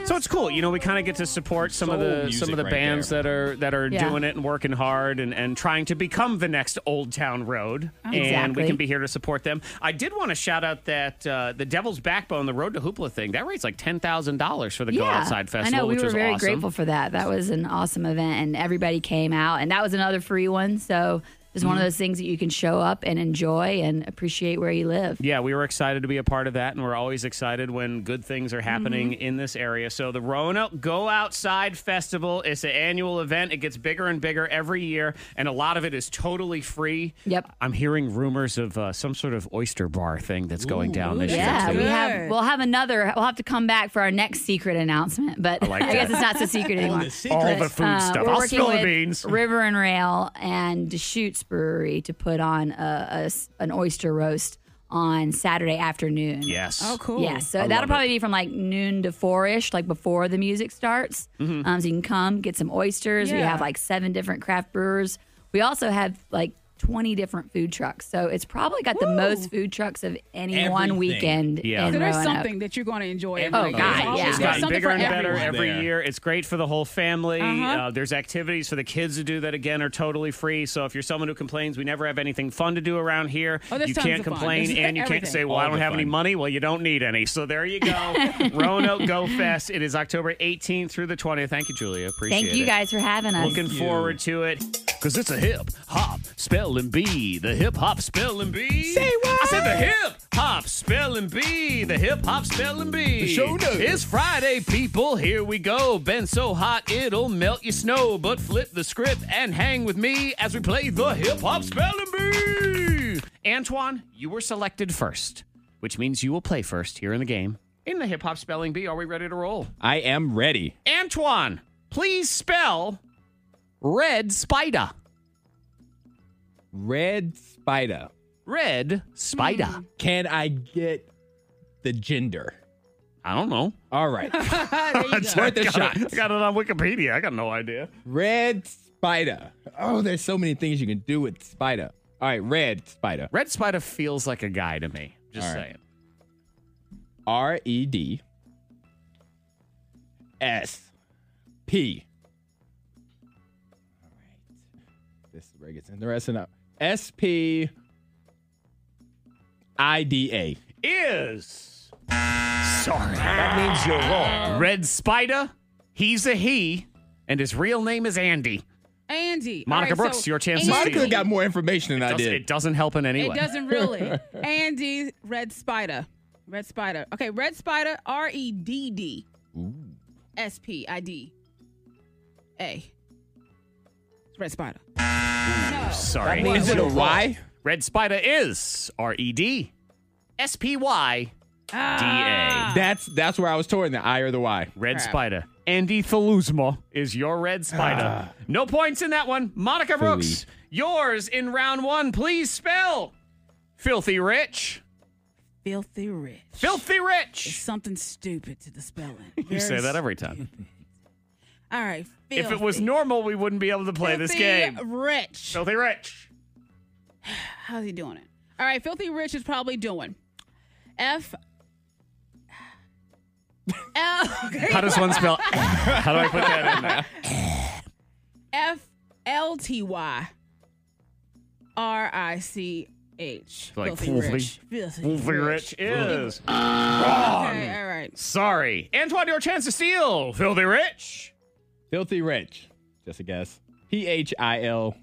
S3: So it's cool, you know. We kind of get to support some of
S5: Soul
S3: the
S5: music
S3: some of the
S5: right
S3: bands
S5: there.
S3: that are that are
S10: Yeah.
S3: doing it and working hard and, and trying to become the next Old Town Road. and we
S10: Oh, Exactly.
S3: can be here to support them. I did want to shout out that uh, the Devil's Backbone, the Road to Hoopla thing, that rates like ten thousand dollars for the Go Outside Festival,
S10: I know we
S3: which
S10: were
S3: was
S10: very
S3: awesome.
S10: grateful for that. That was an awesome event, and everybody came out, and that was another free one. So it's one of
S3: Mm-hmm.
S10: those things that you can show up and enjoy and appreciate where you live.
S3: Yeah, we were excited to be a part of that, and we're always excited when good things are happening
S10: Mm-hmm.
S3: in this area. So the Roanoke Go Outside Festival is an annual event. It gets bigger and bigger every year, and a lot of it is totally free.
S10: Yep.
S3: I'm hearing rumors of uh, some sort of oyster bar thing that's going down this
S10: Yeah,
S3: year.
S10: we
S3: too.
S10: have. We'll have another. We'll have to come back for our next secret announcement, but I,
S3: like
S10: guess
S3: that.
S10: it's not so secret anymore.
S3: All the food
S10: Uh,
S3: stuff.
S10: we're
S3: I'll
S10: working
S3: spill
S10: with
S3: the beans.
S10: River and Rail and Deschutes Brewery to put on a, a s- an oyster roast on Saturday afternoon.
S3: Yes.
S6: Oh, cool.
S10: Yeah, so
S3: I
S10: that'll
S3: love
S10: probably be from like noon to four ish, like before the music starts.
S3: Mm-hmm.
S10: Um, so you can come get some oysters. We
S6: Yeah.
S10: have like seven different craft brewers. We also have like 20 different food trucks. So it's probably got the most food trucks of any one
S5: Everything.
S10: weekend.
S3: Yeah.
S10: in
S6: So there's
S10: Roanoke.
S6: something that you're going to enjoy. every
S10: Oh,
S6: day.
S10: God,
S6: There's always-
S10: yeah.
S3: It's
S10: It's
S6: there's
S3: gotten
S6: something
S3: bigger
S6: for
S3: and better
S6: everyone.
S3: every
S5: There.
S3: year. It's great for the whole family. uh
S6: Uh-huh.
S3: there's activities for the kids to do that again are totally free. So if you're someone who complains, we never have anything fun to do around here,
S6: Oh, there's
S3: you
S6: tons
S3: can't
S6: of fun.
S3: complain
S6: There's
S3: and you can't
S6: everything.
S3: say, well, I
S5: All
S3: don't
S5: the
S3: have any
S5: fun.
S3: money. Well, you don't need any. So there you go. Roanoke Go Fest. It is October 18th through the 20th. Thank you, Julia. Appreciate
S10: Thank you
S3: it.
S10: guys for having us.
S3: Looking forward to it. Because it's a hip hop spelling bee. The hip hop spelling bee. Say what? I said the hip hop spelling bee. The hip hop spelling bee.
S5: The show knows.
S3: It's Friday, people. Here we go. Been so hot it'll melt your snow. But flip the script and hang with me as we play the hip hop spelling bee. Antoine, you were selected first, which means you will play first here in the game. In the hip hop spelling bee, are we ready to roll?
S5: I am ready.
S3: Antoine, please spell red spider.
S5: Red spider.
S3: Red spider.
S5: Can I get the gender?
S3: I don't know.
S5: All right.
S3: It's
S5: worth a shot.
S3: I got it on Wikipedia. I got no idea.
S5: Red spider. Oh, there's so many things you can do with spider. All right, red spider.
S3: Red spider feels like a guy to me. Just
S5: All right.
S3: saying.
S5: R E D S P. All right. This is where it gets interesting now. S P I D A.
S3: Is. Sorry. That means you're wrong. Red spider. He's a he. And his real name is Andy.
S6: Andy.
S3: Monica
S6: All
S3: Brooks, your chance to
S6: Andy-
S3: speak.
S5: Monica got more information than I
S3: Doesn't- It
S5: did.
S3: doesn't help in any
S6: It
S3: way.
S6: doesn't really. Andy Red Spider. Red Spider. Okay, Red Spider, R E D D S P I D A. It's Red Spider. No.
S3: Sorry.
S5: Is it a Y?
S3: Red spider is R E D S P Y D
S6: Ah.
S3: A.
S5: That's that's where I was torn the I or the Y.
S3: Red
S6: Crap.
S3: Spider. Andy Thaluzma is your Red Spider. no points in that one. Monica Brooks, yours in round one. Please spell Filthy Rich.
S6: Filthy rich.
S3: Filthy
S6: It's
S3: Rich.
S6: something stupid to the spelling.
S3: You
S6: Very
S3: say that every
S6: stupid.
S3: time.
S6: All right.
S3: If it was
S6: filthy.
S3: normal, we wouldn't be able to play this
S6: Filthy
S3: game.
S6: Rich.
S3: Filthy Rich.
S6: How's he doing it? All right, Filthy Rich is probably doing F. L.
S3: How does one spell? How do I put that in there?
S6: F L T Y R I C H.
S3: Like
S6: filthy
S3: filthy-
S6: rich. Filthy,
S3: Filthy Rich is.
S6: Okay, all right.
S3: Sorry. Antoine, your chance to steal. Filthy Rich.
S5: Filthy Rich. Just a guess. P H I L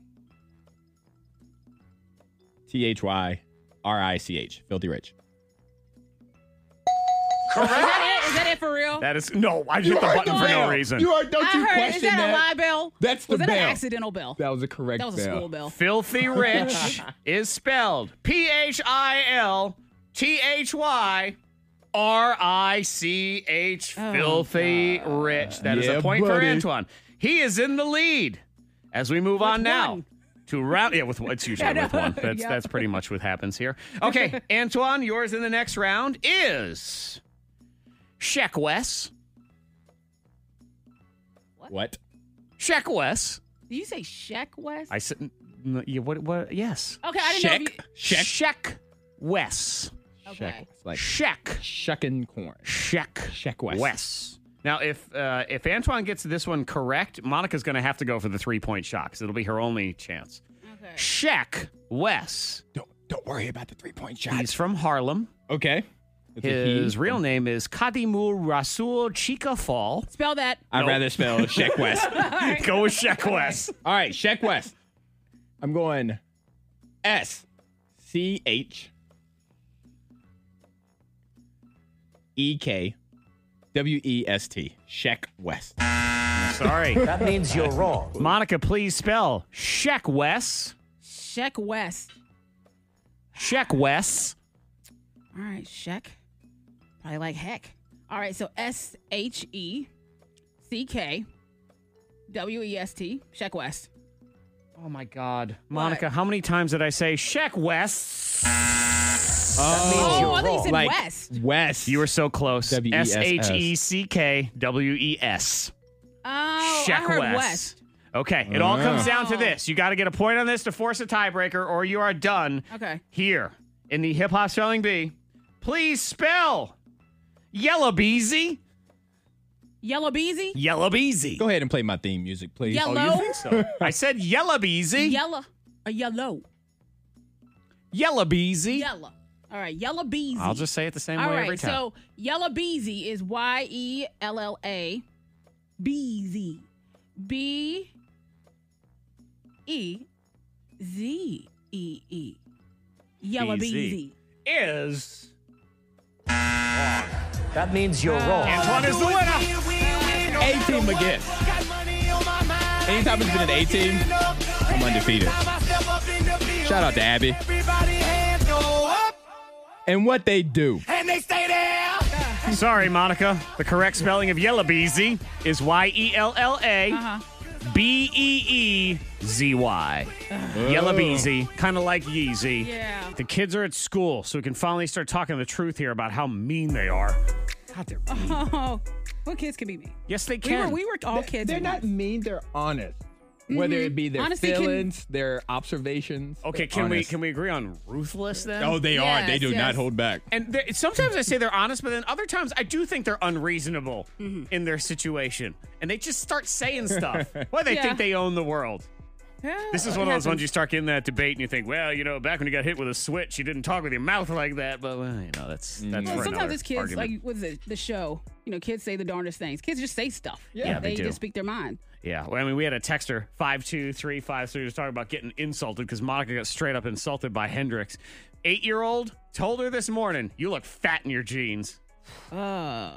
S5: T H Y R I C H. Filthy Rich. Um,
S6: Is that it? Is that it for real?
S3: That is no. I hit the
S5: heard
S3: button for no
S5: bell.
S3: reason.
S5: You are, don't
S6: I
S5: you
S6: heard.
S5: question
S6: is that, a lie bell?
S5: That's the
S6: was that
S5: bell.
S6: an accidental bell?
S5: That was a correct
S6: That was a
S5: bell.
S6: school bell.
S3: Filthy rich is spelled P H I L T H Y R I C H.
S6: Oh
S3: Filthy rich. That is
S5: Yeah,
S3: a point for
S5: buddy.
S3: Antoine. He is in the lead. As we move on now
S6: one?
S3: to round, yeah, with one- it's usually with one. That's
S6: Yeah.
S3: that's pretty much what happens here. Okay, Antoine, yours in the next round is Sheck Wes.
S5: What?
S3: Sheck Wes.
S6: Do you say Sheck West?
S3: I said, no, yeah, what? What? Yes.
S6: okay, I didn't know.
S5: Check.
S6: If
S5: Check.
S3: Sheck Wes.
S6: you, okay.
S5: Check. It's like
S3: Sheck.
S5: shucking corn.
S3: Sheck.
S5: Sheck Wes.
S3: Wes. Now, if uh, if Antoine gets this one correct, Monica's going to have to go for the three point shot because it'll be her only chance.
S6: Okay.
S3: Sheck Wes.
S5: Don't don't worry about the three point shot.
S3: He's from Harlem.
S5: Okay. It's a
S3: His
S5: he.
S3: real name is Kadimul Rasul Chika Fall.
S6: Spell that.
S5: I'd
S3: Nope.
S5: rather spell Sheck West.
S3: Go with Sheck Wes.
S5: All right, Sheck West. I'm going S C H E K W E S T. Sheck West.
S3: Sorry. That means you're wrong. Monica, please spell Sheck Wes.
S6: Sheck West.
S3: Sheck Wes.
S6: All right, Sheck. Probably like heck. All right, so S H E C K W E S T. Sheck West.
S3: Oh my God. Monica, how many times did I say Sheck Wes? That means
S6: Oh,
S3: you're
S6: I thought you
S3: wrong.
S6: said
S5: Like
S6: West.
S5: West.
S3: You were so close. S
S5: W-E-S-S.
S3: H E C K W E S.
S6: Oh, I
S3: Sheck
S6: heard
S3: West.
S6: West.
S3: Okay, it all comes down to
S6: Oh.
S3: this. You got to get a point on this to force a tiebreaker, or you are done
S6: Okay.
S3: here in the hip hop spelling bee. Please spell Yellow Beezy.
S6: Yellow Beezy.
S3: Yellow Beezy.
S5: Go ahead and play my theme music, please. Oh,
S6: Yellow.
S3: I said Yellow Beezy.
S6: Yellow. A yellow.
S3: yellow Beezy.
S6: Yellow. All right, Yellow Beezy.
S3: I'll just say it the same
S6: All
S3: way
S6: right,
S3: every time.
S6: so Yellow Beezy is Y E L L A Beezy. B E Z E E. Yellow
S3: BZ.
S6: Beezy.
S3: is
S9: That means you're wrong.
S3: Antoine is the winner.
S5: A team again. Anytime it's been an A team, I'm undefeated. Shout out to Abby. And what they do.
S3: Sorry, Monica. The correct spelling of Yellow Beezy is Y E L L
S6: Uh-huh.
S3: A B E E Z Y. Yellow Beezy, kind of like Yeezy.
S6: Oh. Yeah.
S3: The kids are at school, so we can finally start talking the truth here about how mean they are. God, they're mean.
S6: Oh, what kids can be me?
S3: Yes, they
S6: We were,
S3: can.
S6: we were all kids.
S5: They're
S6: when
S5: not mean, they're honest. Whether it be their
S6: Honesty can-
S5: feelings, their observations.
S3: okay, can we can we agree on ruthless then?
S5: Oh, they are. They
S6: Yes,
S5: do
S6: yes.
S5: not hold back.
S3: And there, sometimes I say they're honest, but then other times I do think they're unreasonable
S6: Mm-hmm.
S3: in their situation, and they just start saying stuff. Why they
S6: Yeah.
S3: think they own the world?
S6: Yeah,
S3: This is
S6: it
S3: one of those ones
S6: happens.
S3: you start getting that debate, and you think, well, you know, back when you got hit with a switch, you didn't talk with your mouth like that. But well, you know, that's that's
S6: Well,
S3: for
S6: sometimes
S3: another
S6: it's kids
S3: argument.
S6: like with the, the show. You know, kids say the darndest things. Kids just say stuff.
S3: Yeah, they do.
S6: just speak their mind.
S3: Yeah, well, I mean, we had a texter five two three five three just talking about getting insulted because Monica got straight up insulted by Hendrix. Eight year old told her this morning, "You look fat in your jeans."
S6: Uh,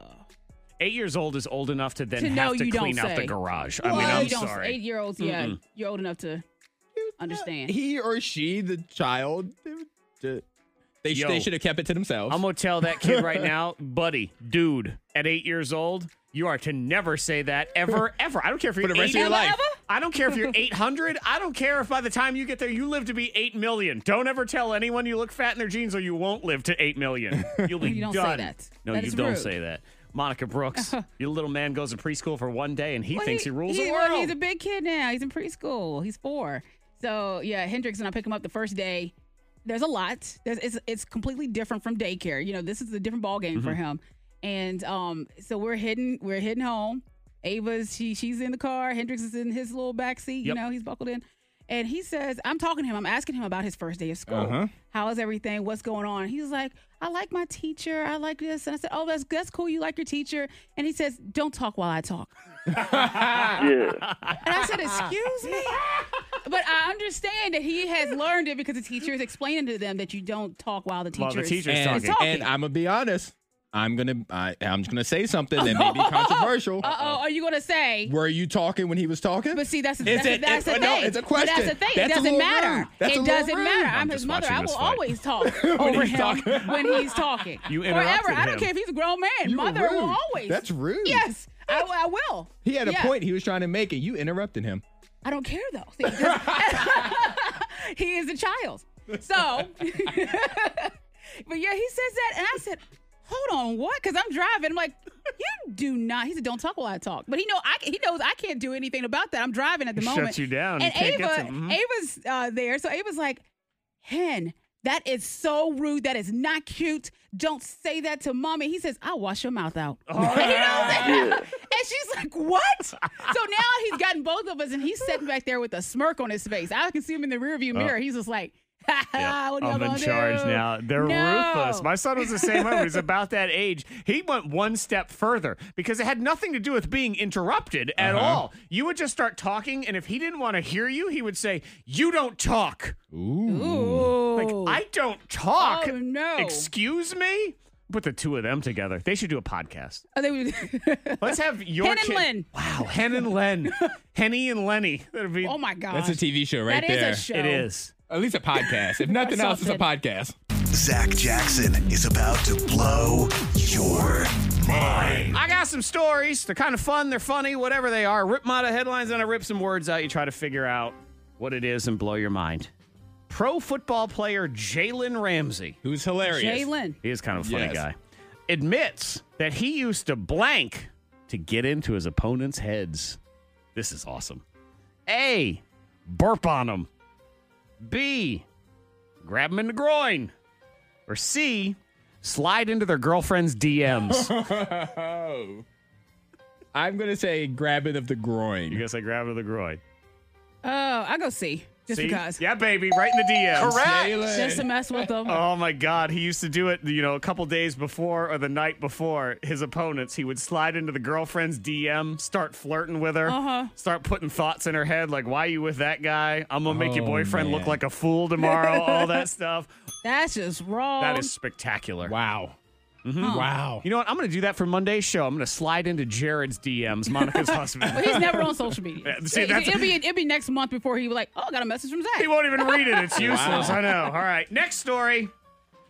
S3: Eight years old is old enough to then
S6: To know
S3: have to
S6: you don't
S3: clean out the
S6: say.
S3: garage. I mean, I'm
S6: you don't,
S3: sorry.
S6: Eight year olds, yeah, you're old enough to understand.
S5: He or she, the child, they, they,
S3: Yo.
S5: they should have kept it to themselves.
S3: I'm gonna tell that kid right now, buddy, dude, at eight years old, you are to never say that ever, ever. I don't care if you're
S5: the rest of
S3: 8
S5: your life. Ever?
S3: I don't care if you're 800. I don't care if by the time you get there, you live to be 8 million. Don't ever tell anyone you look fat in their jeans, or you won't live to 8 million. You'll be
S6: You don't say
S3: done.
S6: that.
S3: No,
S6: That
S3: you
S6: is
S3: don't
S6: rude.
S3: say that. Monica Brooks, your little man goes to preschool for one day, and he
S6: Well,
S3: thinks he, rules
S6: he-
S3: the
S6: well,
S3: world.
S6: he's a big kid now. He's in preschool. He's four. So yeah, Hendrix and I pick him up the first day. There's a lot. There's it's it's completely different from daycare. You know, this is a different ball game
S3: Mm-hmm.
S6: for him. And um, so we're heading we're heading home. Ava's she she's in the car. Hendrix is in his little back seat. You
S3: Yep.
S6: know, he's buckled in. And he says, I'm talking to him. I'm asking him about his first day of school.
S5: Uh-huh.
S6: How is everything? What's going on? He's like, I like my teacher. I like this. And I said, Oh, that's that's cool. You like your teacher. And he says, Don't talk while I talk. And I said, Excuse me? But I understand that he has learned it because the teacher is explaining to them that you don't talk while the teacher,
S3: While the
S6: is-
S3: teacher's
S6: is
S5: and,
S3: talking.
S5: and I'm gonna be honest. I'm gonna I, I'm just gonna say something that may be controversial.
S6: Uh oh, are you gonna say?
S5: Were you talking when he was talking?
S6: But see, that's a,
S5: It's
S6: that's, a,
S5: a-
S6: that's
S5: it-
S6: a
S5: no,
S6: thing.
S5: it's a
S6: But
S5: question.
S6: That's a thing.
S5: That's a
S6: it doesn't
S5: little
S6: matter.
S5: rude. That's a
S6: it
S5: little
S6: doesn't
S5: rude.
S6: matter.
S5: I'm
S6: I'm, his
S3: just
S6: mother.
S3: watching
S6: I
S3: this
S6: will
S3: fight.
S6: always talk over
S3: he's
S6: him
S3: talking.
S6: when he's talking.
S3: You
S6: Forever.
S3: interrupted
S6: I don't
S3: him.
S6: care if he's a grown man.
S5: You were
S6: mother will
S5: rude.
S6: always.
S5: That's rude.
S6: Yes, I, I will.
S5: he had a
S6: Yeah.
S5: point he was trying to make, and you interrupted him.
S6: I don't care though. See, this- he is a child. So, but yeah, he says that, and I said, "Hold on, what?" Because I'm driving. I'm like, "You do not." He said, "Don't talk while I talk." But he know I he knows I can't do anything about that. I'm driving at the
S3: Shuts
S6: moment.
S3: you down. You
S6: And
S3: can't
S6: Ava,
S3: get to- mhm.
S6: Ava's uh, there, so Ava's like, "Hen, that is so rude. That is not cute. Don't say that to mommy." He says, "I'll wash your mouth out." And he knows that. And she's like, "What?" so now he's gotten both of us, and he's sitting back there with a smirk on his face. I can see him in the rearview mirror. He's just like, "Ha ha, Ah, what y'all
S3: Uh. I'm in
S6: gonna
S3: charge
S6: do?"
S3: now. They're
S6: No.
S3: ruthless. My son was the same way. He was about that age. He went one step further because it had nothing to do with being interrupted at all. You would just start talking, and if he didn't want to hear you, he would say, "You don't talk." Like
S6: Ooh.
S3: I don't talk.
S6: Oh, no.
S3: Excuse me. Put the two of them together. They should do a podcast.
S6: I think we-
S3: Let's have your
S6: Hen and
S3: kid-
S6: Len.
S3: Wow, Hen and Len, Henny and Lenny. That'd be.
S6: oh my god,
S5: That's a TV show right
S6: That is
S5: there.
S6: a show.
S3: It is.
S5: At least a podcast. If nothing else, it's a podcast.
S9: Zach Jackson is about to blow your mind.
S3: I got some stories. They're kind of fun. They're funny. Whatever they are. Rip 'em out of headlines, and I rip some words out. You try to figure out what it is and blow your mind. Pro football player Jalen Ramsey.
S5: Who's hilarious?
S6: Jalen.
S3: He is kind of a funny
S5: Yes.
S3: guy. Admits that he used to blank to get into his opponent's heads. This is awesome. A. Burp on him. B. Grab him in the groin. Or C. Slide into their girlfriend's DMs.
S5: Oh. I'm gonna say grabbing of the groin.
S3: you guess I grab him in the groin.
S6: Oh, I go see just
S3: See?
S6: because
S3: Yeah, baby, right in the DMs.
S5: Jalen.
S6: just to mess with them.
S3: Oh my God, he used to do it, you know, a couple days before or the night before his opponents. He would slide into the girlfriend's DM, start flirting with her,
S6: Uh-huh.
S3: start putting thoughts in her head like, "Why you with that guy? I'm gonna make your
S5: Oh,
S3: boyfriend look
S5: man.
S3: like a fool tomorrow." all that stuff.
S6: That's just wrong.
S3: That is spectacular.
S5: Wow. Mm-hmm. Wow.
S3: You know what? I'm gonna do that for Monday's show. I'm gonna slide into Jared's DMs, Monica's husband.
S6: But he's never on social media.
S3: Yeah, see,
S6: It-
S3: that's-
S6: it'll be it'll be next month before he was like, oh, I got a message from Zach.
S3: He won't even read it. It's useless. I know. All right. Next story.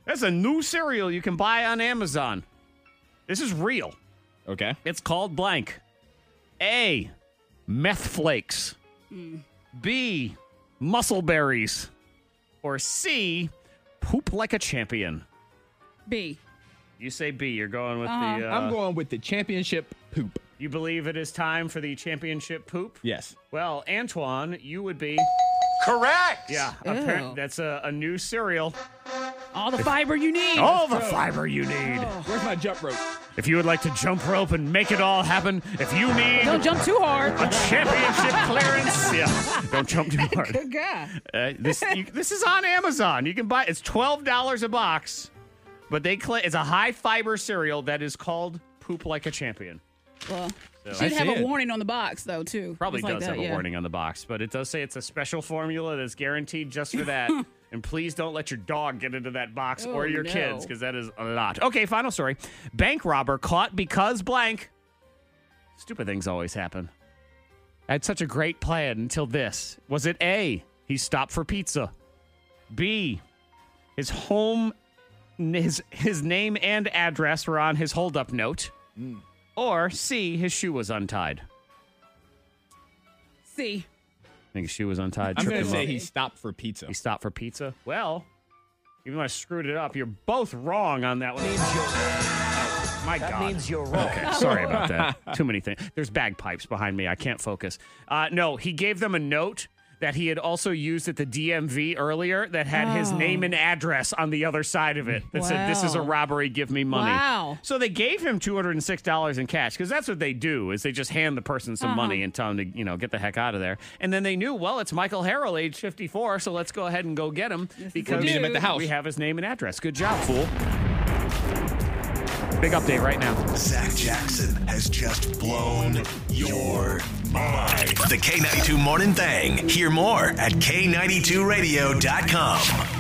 S3: That's a new cereal you can buy on Amazon. This is real.
S5: Okay.
S3: It's called blank. A. Meth flakes. B. Muscle berries. Or C. Poop like a champion.
S6: B.
S3: You say B. You're going with the. Uh,
S5: Uh-huh. I'm going with the championship poop.
S3: you believe it is time for the championship poop?
S5: Yes.
S3: Well, Antoine, you would be.
S9: Correct.
S3: Yeah,
S6: Ew.
S3: apparent, that's a, a new cereal.
S6: All the fiber you need.
S3: All the fiber you need.
S5: Where's my jump rope?
S3: If you would like to jump rope and make it all happen, if you need
S6: Don't jump too hard.
S3: a championship clearance, yeah, don't jump too hard.
S6: Good guy.
S3: Uh, this you, this is on Amazon. You can buy it's twelve dollars a box, but they cla it's a high fiber cereal that is called poop like a champion.
S6: Well,
S5: I
S6: should have
S5: see
S6: a
S5: it.
S6: warning on the box though too.
S3: Probably
S6: Just like
S3: does
S6: that,
S3: have a
S6: yeah.
S3: warning on the box, but it does say it's a special formula that's guaranteed just for that. and please don't let your dog get into that box or
S6: Oh,
S3: your
S6: no.
S3: kids because that is a lot. Okay, final story. Bank robber caught because blank. Stupid things always happen. I had such a great plan until this. Was it A, he stopped for pizza? B, his home his his name and address were on his holdup note?
S6: Hmm.
S3: Or C, his shoe was untied.
S6: See,
S3: I think his shoe was untied.
S5: I'm
S3: tripped
S5: gonna
S3: him
S5: say
S3: up.
S5: he stopped for pizza.
S3: He stopped for pizza. Well, even though I screwed it up, you're both wrong on that one. Oh, My God.
S9: you're wrong.
S3: Okay, sorry about that. Too many things. There's bagpipes behind me. I can't focus. Uh, no, he gave them a note that he had also used at the DMV earlier that had his
S6: Oh.
S3: name and address on the other side of it that said, This is a
S6: Wow.
S3: robbery. Give me money.
S6: Wow.
S3: So they gave him $206 in cash because that's what they do is they just hand the person some money and tell him to, you know, get the heck out of there. And then they knew, well, it's Michael Harrell, age 54, so let's go ahead and go get him because
S5: We'll meet him at the house.
S3: we have his name and address. Good job, fool. Big update right now.
S9: Zach Jackson has just blown your mind. The K92 Morning Thing. Hear more at K92Radio.com.